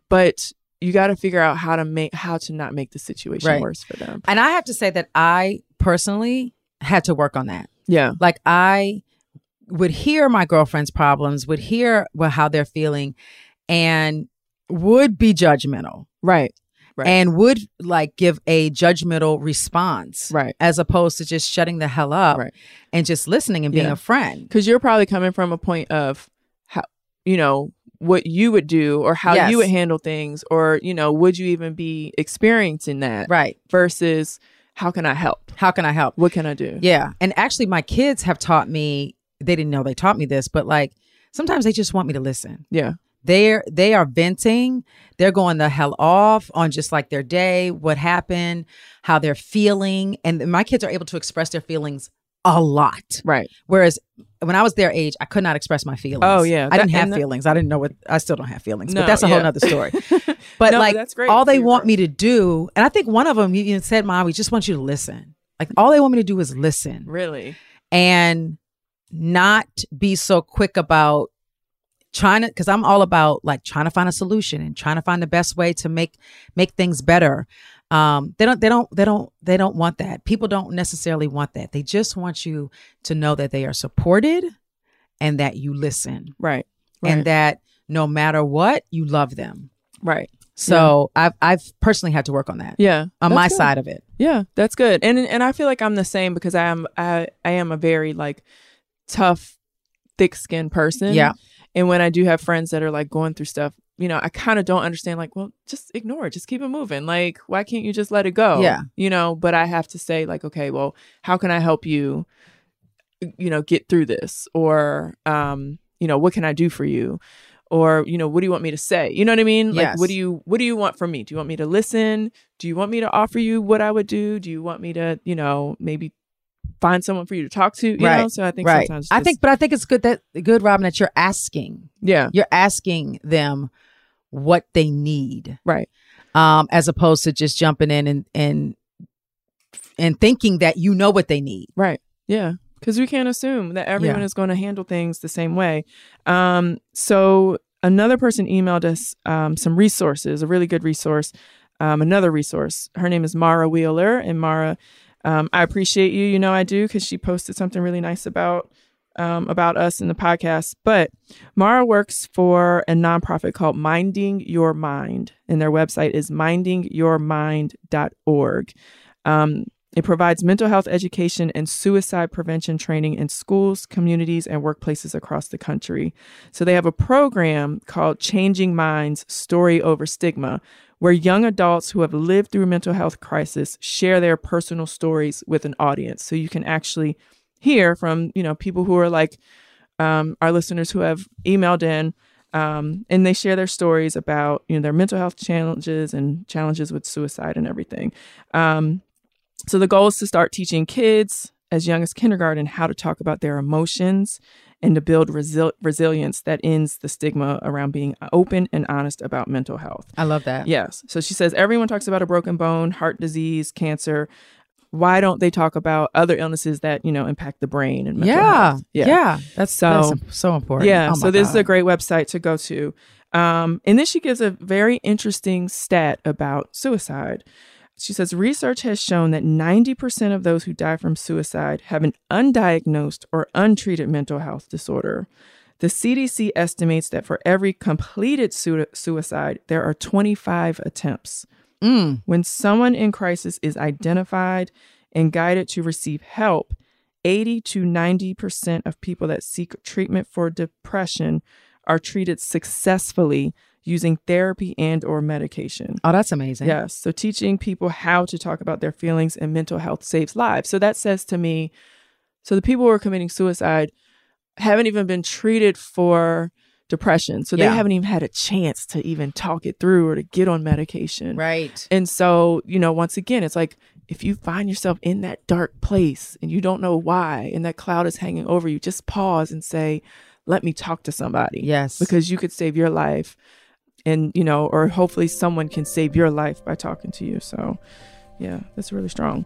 S2: but you got to figure out how to make how to not make the situation
S3: Right.
S2: worse for them.
S3: And I have to say that I personally had to work on that.
S2: Yeah.
S3: Like I would hear my girlfriend's problems, would hear well, how they're feeling, and would be judgmental
S2: Right. Right.
S3: and would like give a judgmental response
S2: Right.
S3: as opposed to just shutting the hell up
S2: Right.
S3: and just listening and being
S2: Yeah.
S3: a friend.
S2: Cuz you're probably coming from a point of how you know what you would do or how
S3: Yes.
S2: you would handle things or you know, would you even be experiencing that
S3: Right.
S2: versus how can I help?
S3: How can I help?
S2: What can I do?
S3: Yeah. And actually, my kids have taught me, they didn't know they taught me this, but like sometimes they just want me to listen.
S2: Yeah.
S3: They're they are venting. They're going the hell off on just like their day, what happened, how they're feeling, and my kids are able to express their feelings a lot.
S2: Right.
S3: Whereas when I was their age, I could not express my feelings.
S2: Oh, yeah.
S3: I didn't
S2: That-
S3: have
S2: and that-
S3: feelings. I didn't know what I still don't have feelings, but
S2: No,
S3: that's a whole
S2: yeah.
S3: nother story. But
S2: No,
S3: like
S2: that's great
S3: all
S2: for
S3: they
S2: your
S3: want
S2: growth.
S3: me to do, and I think one of them even said, "Mom, we just want you to listen." Like all they want me to do is listen
S2: Really?
S3: and not be so quick about trying to because i'm all about like trying to find a solution and trying to find the best way to make make things better um they don't they don't they don't they don't want that people don't necessarily want that they just want you to know that they are supported and that you listen
S2: Right.
S3: and that no matter what you love them
S2: Right.
S3: so i've i've personally had to work on that
S2: Yeah.
S3: on
S2: That's
S3: my
S2: good.
S3: side of it
S2: Yeah, that's good. And and I feel like I'm the same because I am I I am a very like tough, thick-skinned person.
S3: Yeah.
S2: And when I do have friends that are like going through stuff, you know, I kind of don't understand like, well, just ignore it. Just keep it moving. Like, why can't you just let it go?
S3: Yeah.
S2: You know, but I have to say like, okay, well, how can I help you you know, get through this or um, you know, what can I do for you? Or, you know, what do you want me to say? You know what I mean? Like
S3: Yes.
S2: what do you what do you want from me? Do you want me to listen? do you want me to offer you what I would do? Do you want me to, you know, maybe find someone for you to talk to? You know, so I think
S3: right
S2: sometimes
S3: i
S2: just-
S3: think but i think it's good that good robin that you're asking
S2: yeah,
S3: you're asking them what they need
S2: right,
S3: um as opposed to just jumping in and and and thinking that you know what they need
S2: right, yeah, because we can't assume that everyone is going to handle things the same way. Um, so another person emailed us um, some resources, a really good resource, um, another resource. Her name is Mara Wheeler, and Mara, um, I appreciate you. You know I do because she posted something really nice about um, about us in the podcast. But Mara works for a nonprofit called Minding Your Mind, and their website is mindingyourmind.org. Um, it provides mental health education and suicide prevention training in schools, communities, and workplaces across the country. So they have a program called Changing Minds Story Over Stigma, where young adults who have lived through mental health crisis share their personal stories with an audience. So you can actually hear from, you know, people who are like um, our listeners who have emailed in Um, and they share their stories about you know their mental health challenges and challenges with suicide and everything. Um, so the goal is to start teaching kids as young as kindergarten how to talk about their emotions and to build resil- resilience that ends the stigma around being open and honest about mental health.
S3: I love that.
S2: Yes. So she says everyone talks about a broken bone, heart disease, cancer. Why don't they talk about other illnesses that you know impact the brain and mental
S3: Yeah.
S2: health?
S3: Yeah. That's
S2: So-
S3: so so important.
S2: Yeah.
S3: Oh
S2: so
S3: my
S2: this is
S3: God.
S2: a great website to go to. Um, and then she gives a very interesting stat about suicide. She says research has shown that 90% of those who die from suicide have an undiagnosed or untreated mental health disorder. The CDC estimates that for every completed sui- suicide, there are 25 attempts.
S3: Mm.
S2: When someone in crisis is identified and guided to receive help, 80 to 90% of people that seek treatment for depression are treated successfully using therapy and or medication.
S3: Oh, that's amazing.
S2: Yes, so teaching people how to talk about their feelings and mental health saves lives. So that says to me so the people who are committing suicide haven't even been treated for depression. So
S3: Yeah.
S2: they haven't even had a chance to even talk it through or to get on medication.
S3: Right.
S2: And so, you know, once again, it's like if you find yourself in that dark place and you don't know why and that cloud is hanging over you, just pause and say, let me talk to somebody.
S3: Yes.
S2: Because you could save your life and, you know, or hopefully someone can save your life by talking to you. So, yeah, that's really strong.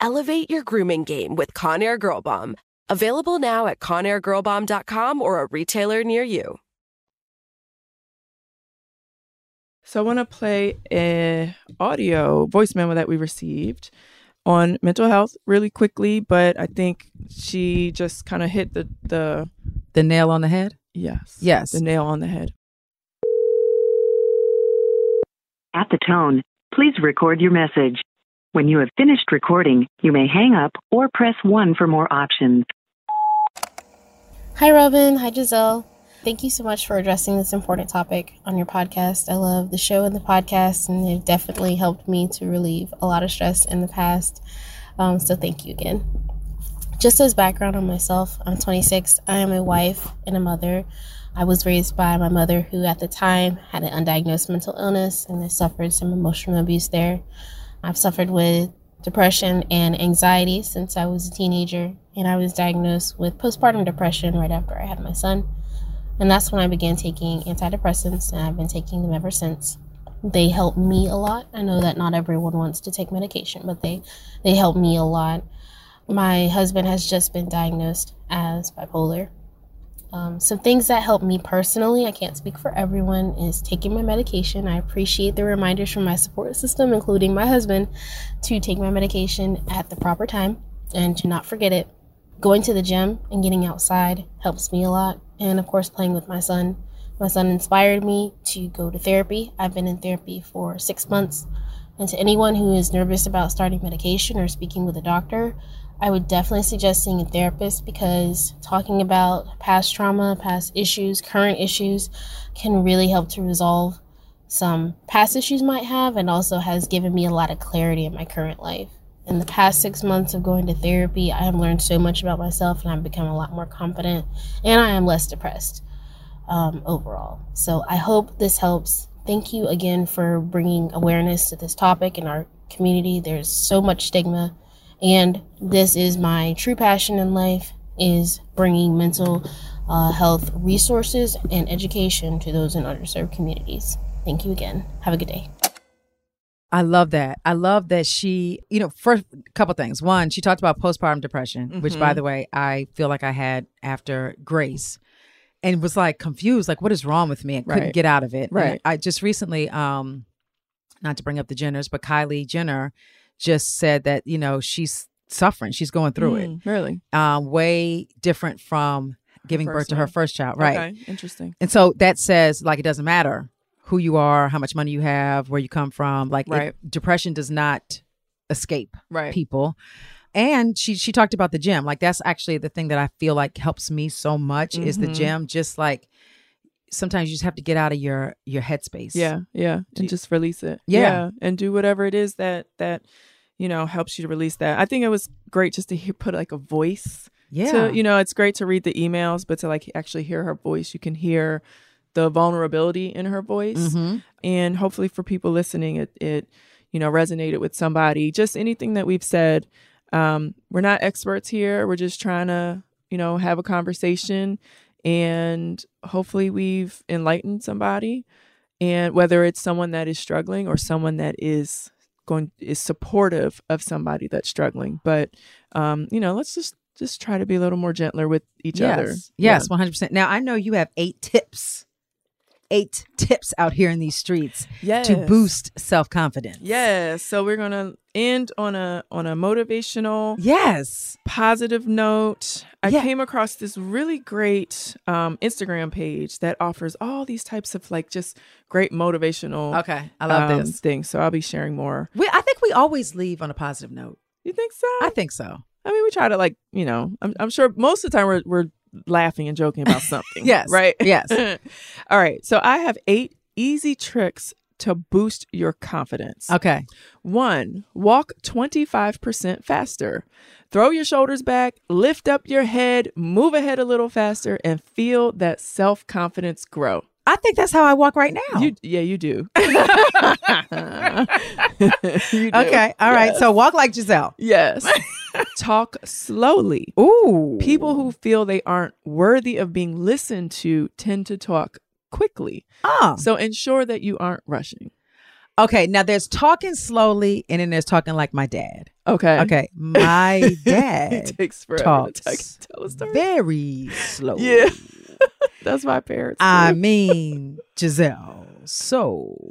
S1: Elevate your grooming game with Conair Girl Bomb. Available now at conairgirlbomb.com or a retailer near you.
S2: So I want to play a audio voice memo that we received on mental health really quickly, but I think she just kind of hit the the
S3: The nail on the head.
S2: yes
S3: Yes.
S2: the nail on the head.
S4: At the tone, please record your message. When you have finished recording, you may hang up or press 1 for more options.
S5: Hi, Robin. Hi, Giselle. Thank you so much for addressing this important topic on your podcast. I love the show and the podcast, and they've definitely helped me to relieve a lot of stress in the past. Um, so, thank you again. Just as background on myself, I'm 26. I am a wife and a mother I was raised by my mother, who at the time had an undiagnosed mental illness and I suffered some emotional abuse there. I've suffered with depression and anxiety since I was a teenager, and I was diagnosed with postpartum depression right after I had my son. And that's when I began taking antidepressants, and I've been taking them ever since. They help me a lot. I know that not everyone wants to take medication, but they they help me a lot. My husband has just been diagnosed as bipolar. Um, some things that help me personally, I can't speak for everyone, is taking my medication. I appreciate the reminders from my support system, including my husband, to take my medication at the proper time and to not forget it. Going to the gym and getting outside helps me a lot. And of course, playing with my son. My son inspired me to go to therapy. I've been in therapy for six months. And to anyone who is nervous about starting medication or speaking with a doctor, I would definitely suggest seeing a therapist because talking about past trauma, past issues, current issues can really help to resolve some past issues might have and also has given me a lot of clarity in my current life. In the past six months of going to therapy, I have learned so much about myself and I've become a lot more confident and I am less depressed um, overall. So I hope this helps. Thank you again for bringing awareness to this topic in our community. There's so much stigma and this is my true passion in life is bringing mental uh, health resources and education to those in underserved communities thank you again have a good day
S3: I love that. I love that she, you know, first couple things. One, she talked about postpartum depression, which
S2: Mm-hmm.
S3: by the way, I feel like I had after Grace and was like confused, like what is wrong with me? And couldn't
S2: Right.
S3: get out of it. And
S2: Right.
S3: I just recently um not to bring up the Jenners, but Kylie Jenner just said that, you know, she's suffering. She's going through
S2: Mm, Really?
S3: it. Um way different from giving
S2: Her
S3: birth
S2: first
S3: to her
S2: one.
S3: first child, right?
S2: Okay. Interesting.
S3: And so that says like it doesn't matter who you are, how much money you have, where you come from. Like it-
S2: Right.
S3: depression does not escape
S2: Right.
S3: people. And she she talked about the gym. Like that's actually the thing that I feel like helps me so much is the
S2: Mhm.
S3: gym. Just like sometimes you just have to get out of your your headspace.
S2: Yeah, yeah, and just release it.
S3: Yeah.
S2: and do whatever it is that that you know helps you to release that. I think it was great just to hear, put like a voice.
S3: yeah,
S2: to, you know, it's great to read the emails, but to like actually hear her voice, you can hear the vulnerability in her voice,
S3: Mhm.
S2: and hopefully for people listening, it it you know resonated with somebody. Just anything that we've said. Um, we're not experts here. We're just trying to you know have a conversation, and hopefully we've enlightened somebody and whether it's someone that is struggling or someone that is going is supportive of somebody that's struggling but um you know let's just just try to be a little more gentler with each
S3: yes,
S2: other
S3: yes, one hundred percent. Now I know you have eight tips, eight tips out here in these streets
S2: yeah.
S3: to boost self confidence.
S2: yes so we're gonna end on a on a motivational
S3: yes.
S2: positive note i
S3: Yeah.
S2: came across this really great um instagram page that offers all these types of like just great motivational
S3: Okay, I love
S2: um,
S3: this.
S2: thing so i'll be sharing more
S3: We, I think we always leave on a positive note.
S2: you think so
S3: I think so.
S2: I mean, we try to like, you know, I'm, I'm sure most of the time we're, we're laughing and joking about something.
S3: Yes,
S2: Right?
S3: yes.
S2: All right. So I have eight easy tricks to boost your confidence.
S3: Okay.
S2: One, walk 25% faster. Throw your shoulders back, lift up your head, move ahead a little faster, and feel that self confidence grow.
S3: I think that's how I walk right now.
S2: You, yeah, you do. You do.
S3: okay. All right.
S2: Yes.
S3: So walk like Giselle.
S2: yes. Talk slowly.
S3: Ooh.
S2: People who feel they aren't worthy of being listened to tend to talk quickly.
S3: Oh.
S2: So ensure that you aren't rushing.
S3: Okay. Now there's talking slowly, and then there's talking like my dad.
S2: Okay.
S3: Okay. My
S2: It
S3: dad
S2: takes forever to
S3: talks
S2: talk, tell a story.
S3: very slowly.
S2: Yeah. That's my parents.
S3: I mean, Giselle. So,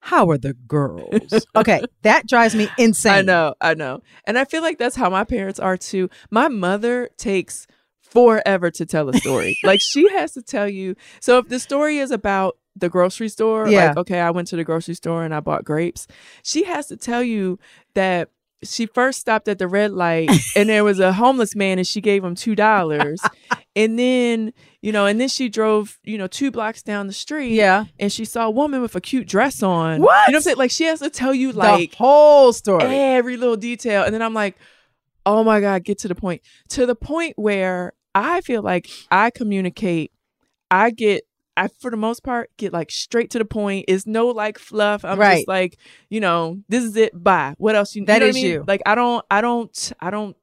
S3: how are the girls? Okay, that drives me insane.
S2: I know, I know. And I feel like that's how my parents are too. My mother takes forever to tell a story. like she has to tell you. So if the story is about the grocery store,
S3: Yeah.
S2: like, okay, I went to the grocery store and I bought grapes, she has to tell you that she first stopped at the red light and there was a homeless man and she gave him two dollars. and then, you know, and then she drove, you know, two blocks down the street
S3: Yeah.
S2: and she saw a woman with a cute dress on.
S3: What?
S2: You know what I'm saying? Like she has to tell you like
S3: the whole story.
S2: every little detail. And then I'm like, oh my God, get to the point. To the point where I feel like I communicate, I get I for the most part get like straight to the point. It's no like fluff. I'm
S3: Right.
S2: just like, you know, this is it. Bye. What else you
S3: That
S2: you know what
S3: is
S2: I mean?
S3: you.
S2: Like I don't I don't I don't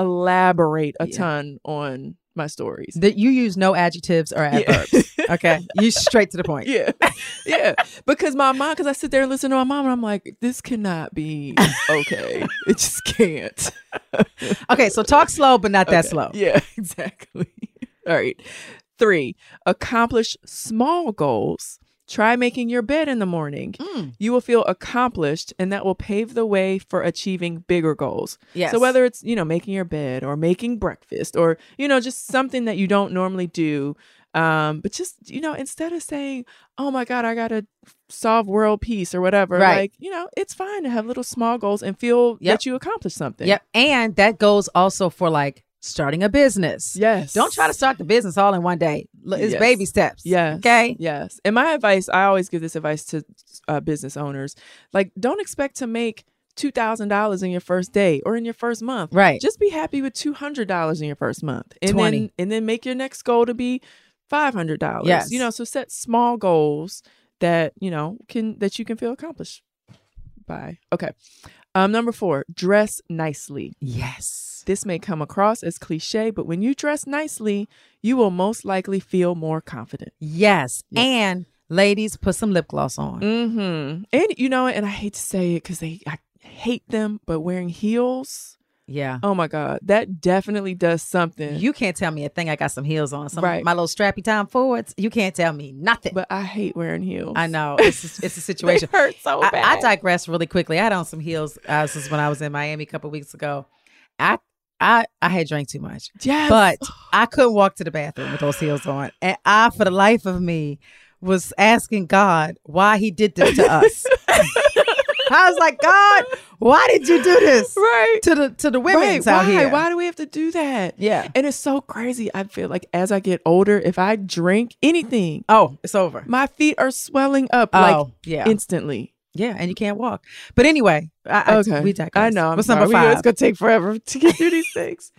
S2: elaborate a
S3: Yeah.
S2: ton on my stories.
S3: That you use no adjectives or
S2: Yeah.
S3: adverbs. Okay. You straight to the point.
S2: Yeah. Yeah. because my mom, because I sit there and listen to my mom and I'm like, this cannot be okay. it just can't.
S3: Okay. So talk slow, but not that
S2: Okay.
S3: slow.
S2: Yeah, exactly. All right. Three, accomplish small goals. Try making your bed in the morning.
S3: Mm,
S2: You will feel accomplished, and that will pave the way for achieving bigger goals.
S3: yes.
S2: So, whether it's, you know, making your bed or making breakfast or, you know, just something that you don't normally do, um, but just, you know, instead of saying, oh my God, I got to solve world peace or whatever,
S3: Right.
S2: like, you know, it's fine to have little small goals and feel
S3: Yep.
S2: that you accomplished something.
S3: Yep. And that goes also for like starting a business.
S2: Yes.
S3: Don't try to start the business all in one day. L- It's
S2: Yes.
S3: baby steps.
S2: Yes.
S3: Okay.
S2: Yes. And my advice, I always give this advice to uh, business owners like, don't expect to make $2,000 in your first day or in your first month.
S3: Right.
S2: Just be happy with $200 in your first month. And
S3: 20.
S2: then and then make your next goal to be $500.
S3: Yes.
S2: You know, so set small goals that, you know, can that you can feel accomplished by. Okay. Um number 4, dress nicely.
S3: yes.
S2: This may come across as cliche, but when you dress nicely, you will most likely feel more confident.
S3: Yes.
S2: Yeah.
S3: And ladies, put some lip gloss on.
S2: Mm-hmm. And you know, and I hate to say it because they, I hate them, but wearing heels,
S3: Yeah.
S2: oh my god, that definitely does something.
S3: You can't tell me a thing. I got some heels on. Some
S2: Right.
S3: my little strappy time forwards. You can't tell me nothing.
S2: but I hate wearing heels.
S3: I know it's a, it's a situation.
S2: They hurt so
S3: I,
S2: Oh, bad.
S3: I digress really quickly. I had on some heels. Uh, this is when I was in Miami a couple weeks ago. I I I had drank too much,
S2: yes.
S3: but I couldn't walk to the bathroom with those heels on, and I, for the life of me, was asking God why He did this to us. I was like, God, why did you do this
S2: right,
S3: to the to the women
S2: right.
S3: out
S2: Why?
S3: here?
S2: Why do we have to do that?
S3: Yeah.
S2: And it's so crazy. I feel like as I get older, if I drink anything,
S3: Oh, it's over.
S2: my feet are swelling up like
S3: oh, yeah.
S2: instantly.
S3: Yeah, and you can't walk. But anyway, I, okay. I,
S2: okay,
S3: we digress.
S2: I know. I'm
S3: What's
S2: sorry.
S3: number
S2: We know
S3: five?
S2: It's gonna take forever to get through these things.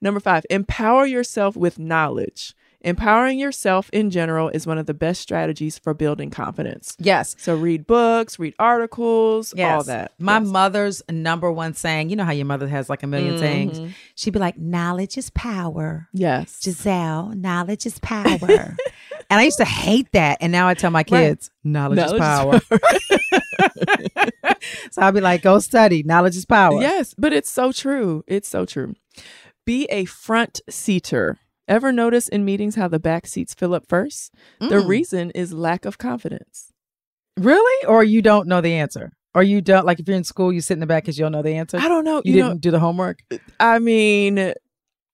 S2: Number five: empower yourself with knowledge. Empowering yourself in general is one of the best strategies for building confidence.
S3: yes.
S2: So read books, read articles, all
S3: Yes.
S2: that.
S3: My
S2: Yes.
S3: mother's number one saying, you know how your mother has like a
S2: Mm-hmm.
S3: 1000000 things. She'd be like, knowledge is power.
S2: Yes.
S3: Giselle, knowledge is power. and I used to hate that. And now I tell my kids, knowledge, is power.
S2: Knowledge is
S3: so I'll be like, go study. Knowledge is power.
S2: Yes, but it's so true. It's so true. Be a front seater. Ever notice in meetings how the back seats fill up first? The
S3: Mm.
S2: reason is lack of confidence.
S3: really? Or you don't know the answer. Or you don't, like if you're in school, you sit in the back because you don't know the answer.
S2: I don't know.
S3: you
S2: You, know,
S3: didn't do the homework.
S2: I mean,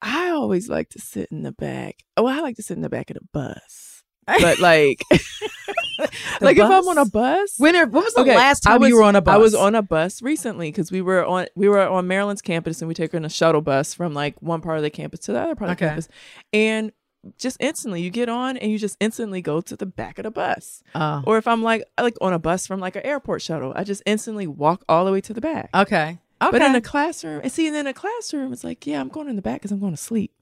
S2: I always like to sit in the back. Well, I like to sit in the back of the bus. But like, like if I'm on a bus,
S3: When, are- when was the
S2: Okay,
S3: last
S2: I
S3: time
S2: was-
S3: you were on a bus?
S2: I was on a bus recently because we were on we were on Maryland's campus and we took her in a shuttle bus from like one part of the campus to the other part of the
S3: Okay.
S2: campus, and just instantly you get on and you just instantly go to the back of the bus.
S3: Oh.
S2: Or if I'm like like on a bus from like an airport shuttle, I just instantly walk all the way to the back.
S3: Okay. Okay.
S2: But in a classroom, and see, and then a classroom, it's like, yeah, I'm going in the back because I'm going to sleep.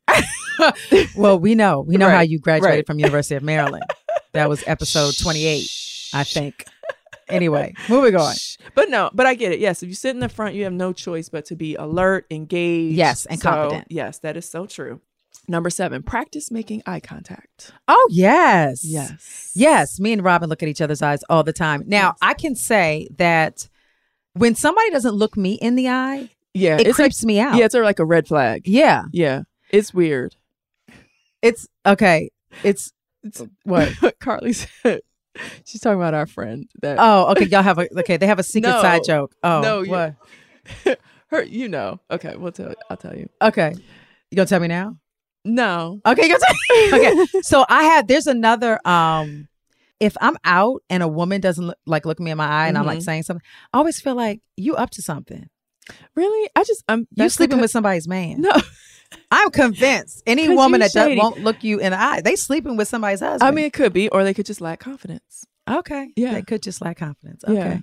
S3: well, we know. We know how
S2: Right,
S3: you graduated
S2: right.
S3: from University of Maryland. That was episode 28, I think. Anyway, moving on.
S2: But no, but I get it. Yes, if you sit in the front, you have no choice but to be alert, engaged.
S3: Yes, and
S2: So,
S3: confident.
S2: Yes, that is so true. Number seven, practice making eye contact.
S3: Oh, yes.
S2: Yes.
S3: Yes. Me and Robin look at each other's eyes all the time. Now,
S2: Yes.
S3: I can say that when somebody doesn't look me in the eye,
S2: Yeah.
S3: it
S2: it's
S3: creeps me out.
S2: like, yeah, it's sort of like a red flag.
S3: yeah.
S2: Yeah. It's weird.
S3: It's okay. It's
S2: It's
S3: what?
S2: Carly said. She's talking about our friend that
S3: Oh, okay. Y'all have a okay. They have a secret
S2: No.
S3: side joke. Oh,
S2: No, you-
S3: what?
S2: her you know. Okay, we'll tell I'll tell you.
S3: Okay. You gonna tell me now?
S2: No.
S3: Okay, you're okay. So I had there's another um if I'm out and a woman doesn't look, like look me in my eye and I'm like
S2: Mhm.
S3: saying something, I always feel like you up to something.
S2: Really? I just I'm
S3: You
S2: that's
S3: sleeping
S2: because-
S3: with somebody's man.
S2: No.
S3: I'm convinced any
S2: 'Cause
S3: woman
S2: you
S3: that does,
S2: shady.
S3: won't look you in the eye, they sleeping with somebody's husband.
S2: I mean it could be, or they could just lack confidence.
S3: okay,
S2: Yeah.
S3: they could just lack confidence. Okay,
S2: Yeah.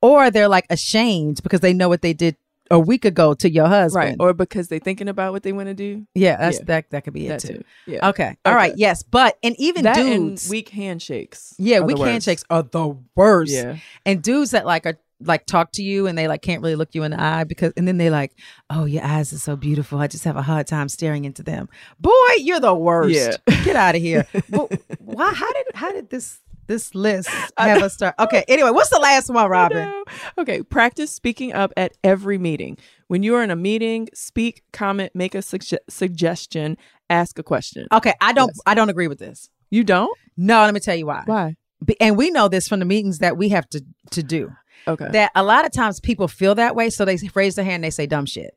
S3: or they're like ashamed because they know what they did a week ago to your
S2: right,
S3: husband.
S2: or because they're thinking about what they want to do.
S3: yeah, that's
S2: yeah.
S3: that that could be
S2: That
S3: it too.
S2: too. Yeah.
S3: Okay. All right.
S2: Okay.
S3: Yes, but and even
S2: that
S3: dudes
S2: and weak handshakes.
S3: Yeah,
S2: are the
S3: weak
S2: worst.
S3: handshakes are the worst.
S2: Yeah.
S3: And dudes that like are like talk to you and they like can't really look you in the eye because and then they like, oh, your eyes are so beautiful. I just have a hard time staring into them. Boy, you're the worst.
S2: Yeah.
S3: Get out of here. but why? How did how did this this list have us start? Okay. Anyway, what's the last one,
S2: I
S3: Robin?
S2: know. Okay, practice speaking up at every meeting. When you are in a meeting, speak, comment, make a sugge- suggestion, ask a question.
S3: Okay, I don't
S2: Yes.
S3: I don't agree with this.
S2: You don't?
S3: No, let me tell you why.
S2: Why?
S3: B- And we know this from the meetings that we have to to do.
S2: Okay.
S3: that a lot of times people feel that way, so they raise their hand, and they say dumb shit,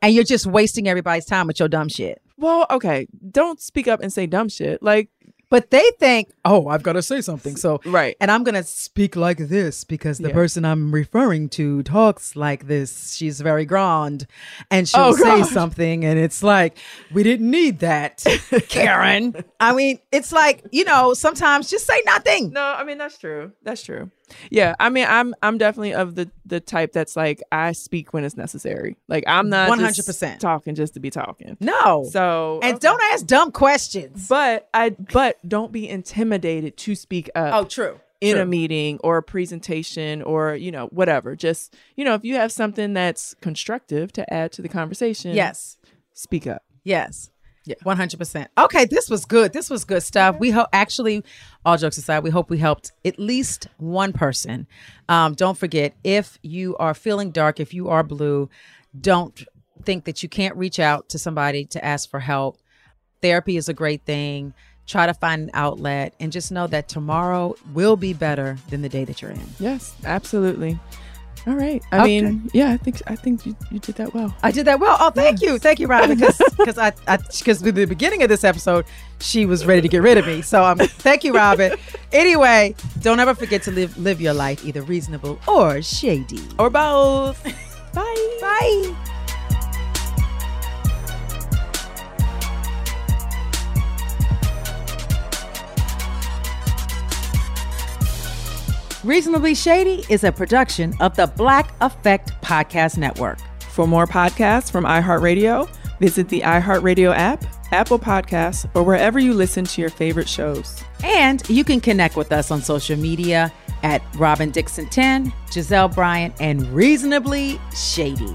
S3: and you're just wasting everybody's time with your dumb shit.
S2: well, okay. Don't speak up and say dumb shit. Like,
S3: But they think, oh, I've got to say something, so
S2: right.
S3: and I'm gonna speak like this because the
S2: Yeah.
S3: person I'm referring to talks like this. She's very grand, and she'll
S2: Oh,
S3: say
S2: gosh.
S3: something, and it's like we didn't need that, Karen. I mean, it's like you know, sometimes just say nothing.
S2: No, I mean that's true. That's true. Yeah, I mean I'm I'm definitely of the the type that's like I speak when it's necessary. Like I'm not just
S3: 100%.
S2: talking just to be talking.
S3: No,
S2: So
S3: and
S2: okay.
S3: don't ask dumb questions.
S2: But I but don't be intimidated to speak up.
S3: oh, true.
S2: in a
S3: true.
S2: meeting or a presentation or you know whatever just you know if you have something that's constructive to add to the conversation
S3: yes.
S2: speak up
S3: Yes.
S2: Yeah.
S3: One hundred percent. Okay, this was good. This was good stuff. We hope, actually, all jokes aside, we hope we helped at least one person. Um, don't forget, if you are feeling dark, if you are blue, don't think that you can't reach out to somebody to ask for help. Therapy is a great thing. Try to find an outlet, and just know that tomorrow will be better than the day that you're in.
S2: yes absolutely all right i
S3: Okay.
S2: mean yeah i think i think you, you did that well
S3: I did that well. Oh, thank you, thank you, Robin, because because I because at the beginning of this episode, she was ready to get rid of me. So um, thank you, Robin. Anyway, don't ever forget to live live your life either reasonable or shady.
S2: or both bye
S3: Bye. Reasonably Shady is a production of the Black Effect Podcast Network.
S2: for more podcasts from iheartradio visit the iheartradio app apple podcasts or wherever you listen to your favorite shows
S3: And you can connect with us on social media at Robin Dixon 10, Giselle Bryant, and Reasonably Shady.